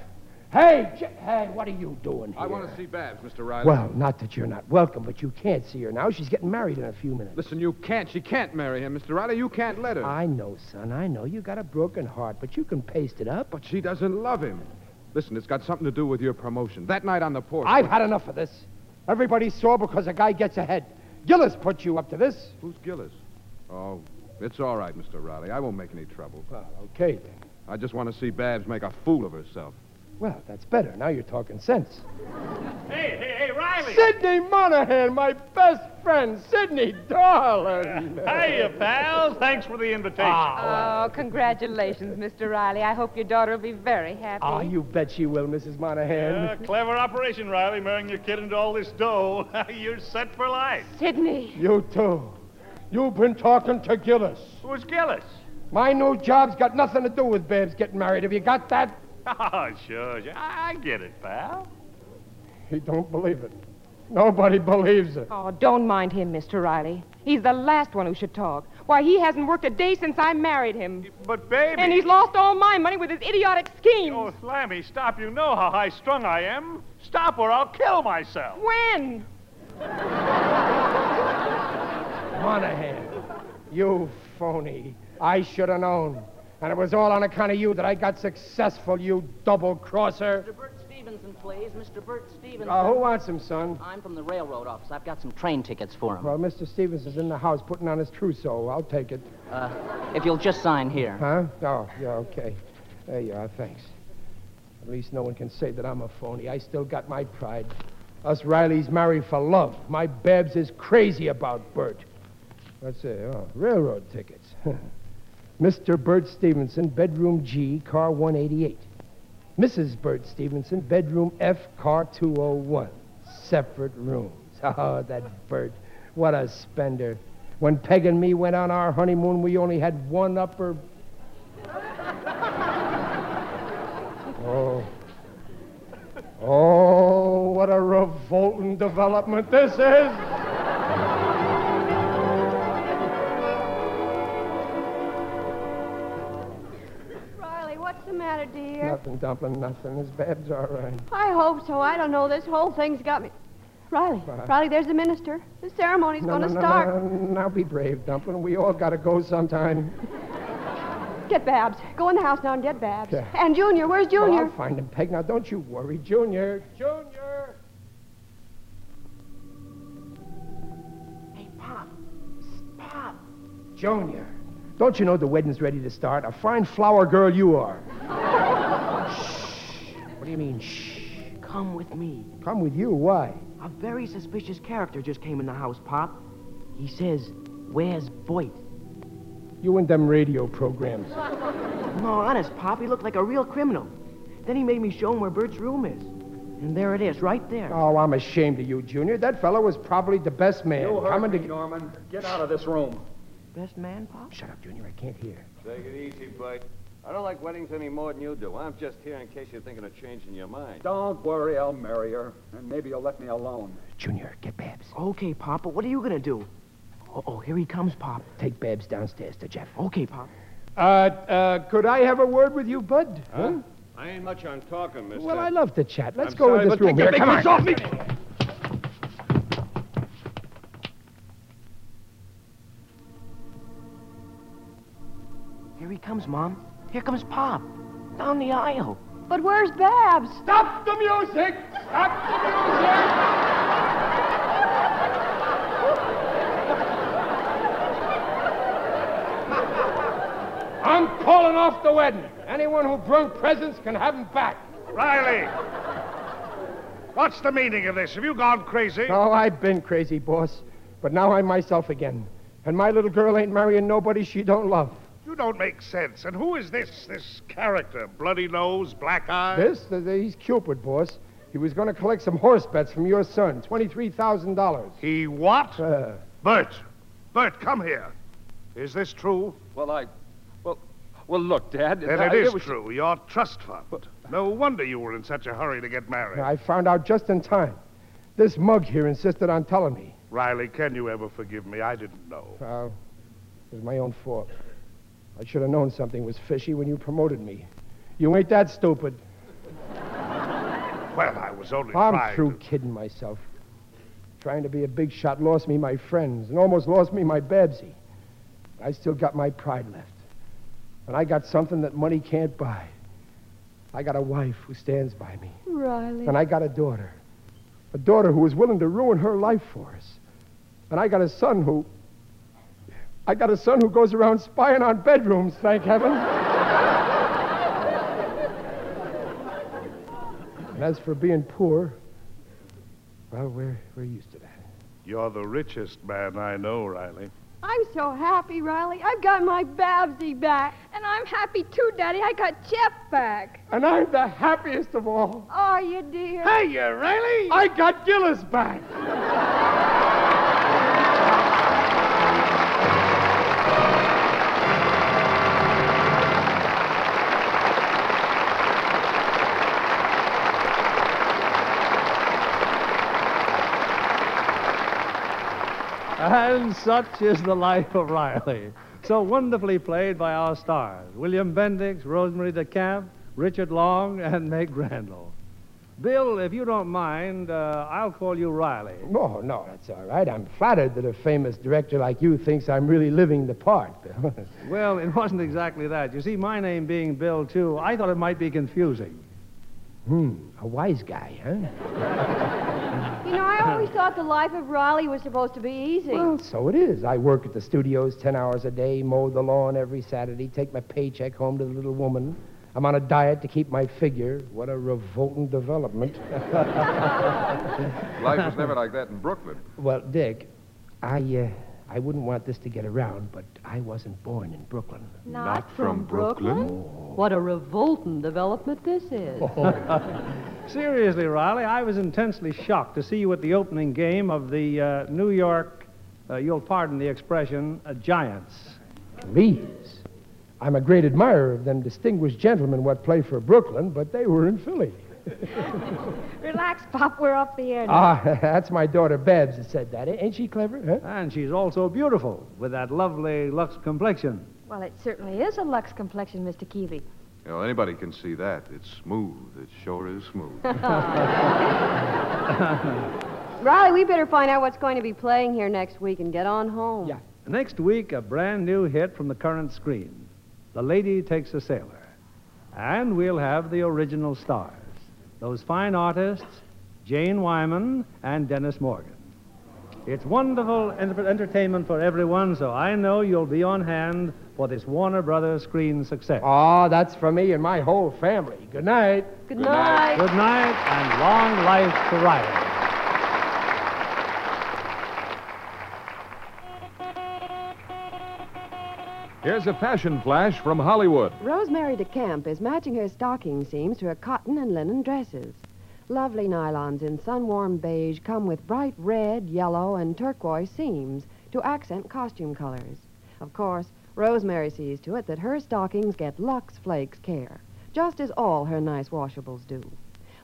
Speaker 4: Hey, Je- hey, what are you doing here?
Speaker 18: I want to see Babs, Mr. Riley.
Speaker 4: Well, not that you're not welcome, but you can't see her now. She's getting married in a few minutes.
Speaker 18: Listen, you can't. She can't marry him, Mr. Riley. You can't let her.
Speaker 4: I know, son. I know. You got a broken heart, but you can paste it up.
Speaker 18: But she doesn't love him. Listen, it's got something to do with your promotion. That night on the porch.
Speaker 4: I've had enough of this. Everybody's sore because a guy gets ahead. Gillis put you up to this.
Speaker 18: Who's Gillis? Oh, it's all right, Mr. Riley. I won't make any trouble.
Speaker 4: Well, okay then.
Speaker 18: I just want to see Babs make a fool of herself.
Speaker 4: Well, that's better. Now you're talking sense.
Speaker 11: Hey, hey, hey, Riley!
Speaker 4: Sidney Monahan, my best friend, Sidney, darling.
Speaker 11: Hiya, pals. Thanks for the invitation.
Speaker 24: Oh, congratulations, Mr. Riley. I hope your daughter will be very happy.
Speaker 4: Ah, you bet she will, Mrs. Monahan.
Speaker 11: Uh, clever operation, Riley, marrying your kid into all this dough. You're set for life.
Speaker 24: Sidney.
Speaker 4: You too. You've been talking to Gillis.
Speaker 11: Who's Gillis?
Speaker 4: My new job's got nothing to do with Babs getting married. Have you got that?
Speaker 11: Oh, sure. sure. I I get it, pal.
Speaker 4: He don't believe it. Nobody believes it.
Speaker 24: Oh, don't mind him, Mr. Riley. He's the last one who should talk. Why, he hasn't worked a day since I married him.
Speaker 11: But, baby.
Speaker 24: And he's lost all my money with his idiotic schemes.
Speaker 11: Oh, Slammy, stop. You know how high strung I am. Stop or I'll kill myself.
Speaker 24: When?
Speaker 4: Monahan, you phony. I should have known. And it was all on account of you that I got successful, you double crosser.
Speaker 25: Mr. Bert Stevenson, please. Mr. Bert Stevenson.
Speaker 4: Uh, who wants him, son?
Speaker 25: I'm from the railroad office. I've got some train tickets for him.
Speaker 4: Well, Mr. Stevenson's in the house putting on his trousseau. I'll take it.
Speaker 25: Uh, if you'll just sign here.
Speaker 4: Huh? Oh, yeah, okay. There you are, thanks. At least no one can say that I'm a phony. I still got my pride. Us Rileys marry for love. My Babs is crazy about Bert. Let's see, oh, railroad tickets. Mr. Bert Stevenson, bedroom G, car 188. Mrs. Bert Stevenson, bedroom F, car 201. Separate rooms. Oh, that Bert. What a spender. When Peg and me went on our honeymoon, we only had one upper. Oh. Oh, what a revolting development this is.
Speaker 5: Riley, what's the matter, dear?
Speaker 4: Nothing, dumpling, nothing. His Babs all right.
Speaker 5: I hope so. I don't know. This whole thing's got me. Riley,
Speaker 4: What?
Speaker 5: Riley, there's the minister. The ceremony's
Speaker 4: No,
Speaker 5: going to
Speaker 4: no, no,
Speaker 5: start.
Speaker 4: No, no, now be brave, Dumpling. We all gotta go sometime.
Speaker 5: Get Babs. Go in the house now and get Babs.
Speaker 4: Yeah.
Speaker 5: And Junior, where's
Speaker 4: No,
Speaker 5: Junior?
Speaker 4: I'll find him, Peg. Now don't you worry, Junior. Junior.
Speaker 6: Hey, Pop. Pop.
Speaker 4: Junior. Don't you know the wedding's ready to start? A fine flower girl you are. shh. What do you mean, shh?
Speaker 6: Come with me.
Speaker 4: Come with you. Why?
Speaker 6: A very suspicious character just came in the house, Pop. He says, Where's Boyd?
Speaker 4: You and them radio programs.
Speaker 6: No, honest, Pop, he looked like a real criminal. Then he made me show him where Bert's room is. And there it is, right there.
Speaker 4: Oh, I'm ashamed of you, Junior. That fellow was probably the best man.
Speaker 6: You heard
Speaker 4: Coming
Speaker 6: me,
Speaker 4: to...
Speaker 6: Norman.
Speaker 17: Get out of this room.
Speaker 6: Best man, Pop? Shut up, Junior.
Speaker 4: I can't hear.
Speaker 17: Take it easy, Bud. I don't like weddings any more than you do. I'm just here in case you're thinking of changing your mind.
Speaker 14: Don't worry, I'll marry her. And maybe you'll let me alone.
Speaker 6: Junior, get Babs. Okay, Pop, but what are you gonna do? Oh, here he comes, Pop.
Speaker 4: Take Babs downstairs to Jeff.
Speaker 6: Okay, Pop.
Speaker 4: Uh, uh, could I have a word with you, Bud? Huh? uh,
Speaker 17: I ain't much on talking, mister.
Speaker 4: Well, I love to chat. Let's
Speaker 17: I'm
Speaker 4: go
Speaker 17: sorry,
Speaker 4: in this
Speaker 17: but take
Speaker 4: room
Speaker 17: your
Speaker 4: here.
Speaker 17: big
Speaker 4: Come
Speaker 17: boots
Speaker 4: on.
Speaker 17: off me.
Speaker 6: Here he comes, Mom. Here comes Pop. Down the aisle.
Speaker 22: But where's Babs?
Speaker 3: Stop the music!
Speaker 4: I'm calling off the wedding. Anyone who brought presents can have them back.
Speaker 11: Riley! What's the meaning of this? Have you gone crazy?
Speaker 4: Oh, I've been crazy, boss. But now I'm myself again. And my little girl ain't marrying nobody she don't love.
Speaker 11: You don't make sense. And who is this, this character? Bloody nose, black eyes?
Speaker 4: This? Th- th- He's Cupid, boss. He was going to collect some horse bets from your son. $23,000.
Speaker 11: He what?
Speaker 4: Uh,
Speaker 11: Bert. Bert, come here. Is this true?
Speaker 14: Well, I. Well, well look, Dad.
Speaker 11: Then
Speaker 14: I-
Speaker 11: it is
Speaker 14: was-
Speaker 11: true. Your trust fund. No wonder you were in such a hurry to get married.
Speaker 4: I found out just in time. This mug here insisted on telling me.
Speaker 11: Riley, can you ever forgive me? I didn't know.
Speaker 4: Uh, it was my own fault. I should have known something was fishy when you promoted me. You ain't that stupid.
Speaker 11: Well, I was only
Speaker 4: I'm
Speaker 11: trying
Speaker 4: through kidding myself. Trying to be a big shot lost me my friends and almost lost me my Babsy. I still got my pride left. And I got something that money can't buy. I got a wife who stands by me.
Speaker 7: Riley.
Speaker 4: And I got a daughter. A daughter who was willing to ruin her life for us. And I got a son who. I got a son who goes around spying on bedrooms, thank heaven. and as for being poor, well, we're, we're used to that.
Speaker 11: You're the richest man I know, Riley.
Speaker 5: I'm so happy, Riley. I've got my Babsy back.
Speaker 7: And I'm happy too, Daddy. I got Jeff back.
Speaker 4: And I'm the happiest of all.
Speaker 5: Are you, dear?
Speaker 4: Hiya, Riley! I got Gillis back.
Speaker 2: And such is the life of Riley, so wonderfully played by our stars William Bendix, Rosemary DeCamp, Richard Long, and Meg Randall. Bill, if you don't mind, uh, I'll call you Riley.
Speaker 4: No, Oh, no, that's all right. I'm flattered that a famous director like you thinks I'm really living the part, Bill.
Speaker 2: Well, it wasn't exactly that. You see, my name being Bill, too, I thought it might be confusing.
Speaker 4: hmm, a wise guy, huh?
Speaker 5: You know, I always thought the life of Riley was supposed to be easy.
Speaker 4: Well, so it is. I work at the studios 10 hours a day, mow the lawn every Saturday, take my paycheck home to the little woman. I'm on a diet to keep my figure. What a revolting development.
Speaker 18: Life was never like that in Brooklyn.
Speaker 4: well, Dick, I, uh, I wouldn't want this to get around, but I wasn't born in Brooklyn.
Speaker 12: Not from Brooklyn? What a revolting development this is.
Speaker 2: Seriously, Riley, I was intensely shocked to see you at the opening game of the uh, New York, uh, you'll pardon the expression, uh, Giants.
Speaker 4: Please. I'm a great admirer of them distinguished gentlemen what play for Brooklyn, but they were in Philly.
Speaker 7: Relax, Pop. We're off the air now.
Speaker 4: Ah, that's my daughter Babs that said that. Ain't she clever? Huh?
Speaker 2: And she's also beautiful, with that lovely Lux complexion.
Speaker 12: Well, it certainly is a Lux complexion, Mr. Keeley.
Speaker 8: You know, anybody can see that. It's smooth. It sure is smooth.
Speaker 5: Riley, we better find out what's going to be playing here next week and get on home. Yeah.
Speaker 2: Next week, a brand new hit from the current screen The Lady Takes a Sailor. And we'll have the original stars those fine artists, Jane Wyman and Dennis Morgan. It's wonderful enter- entertainment for everyone, so I know you'll be on hand for this Warner Brothers screen success.
Speaker 4: Oh, that's for me and my whole family. Good night.
Speaker 12: Good
Speaker 4: night.
Speaker 2: Good night, and long life to Riley.
Speaker 1: Here's a fashion flash from Hollywood.
Speaker 12: Rosemary DeCamp is matching her stocking seams to her cotton and linen dresses.
Speaker 15: Lovely nylons in sun-warm beige come with bright red, yellow, and turquoise seams to accent costume colors. Of course, Rosemary sees to it that her stockings get Lux Flakes care, just as all her nice washables do.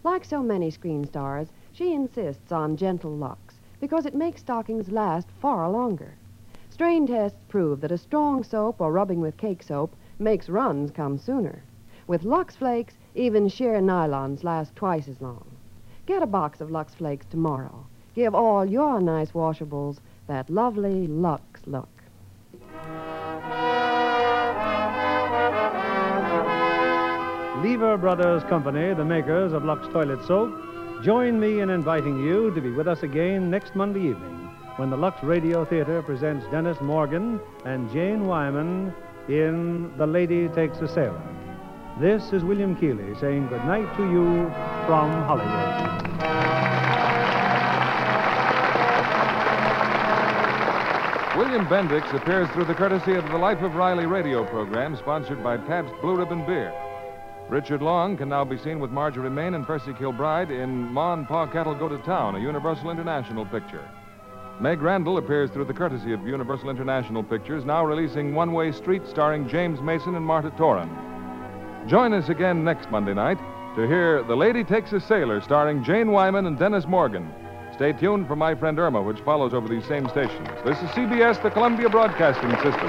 Speaker 15: Like so many screen stars, she insists on gentle Lux because it makes stockings last far longer. Strain tests prove that a strong soap or rubbing with cake soap makes runs come sooner. With Lux Flakes, even sheer nylons last twice as long. Get a box of Lux Flakes tomorrow. Give all your nice washables that lovely Lux look.
Speaker 2: Lever Brothers Company, the makers of Lux Toilet Soap, join me in inviting you to be with us again next Monday evening when the Lux Radio Theater presents Dennis Morgan and Jane Wyman in The Lady Takes a Sailor. This is William Keeley saying good night to you from Hollywood.
Speaker 1: William Bendix appears through the courtesy of the Life of Riley radio program sponsored by Pabst Blue Ribbon Beer. Richard Long can now be seen with Marjorie Main and Percy Kilbride in Ma and Pa Cattle Go to Town, a Universal International picture. Meg Randall appears through the courtesy of Universal International Pictures, now releasing One Way Street starring James Mason and Marta Toran. Join us again next Monday night to hear The Lady Takes a Sailor starring Jane Wyman and Dennis Morgan. Stay tuned for My Friend Irma, which follows over these same stations. This is CBS, the Columbia Broadcasting System.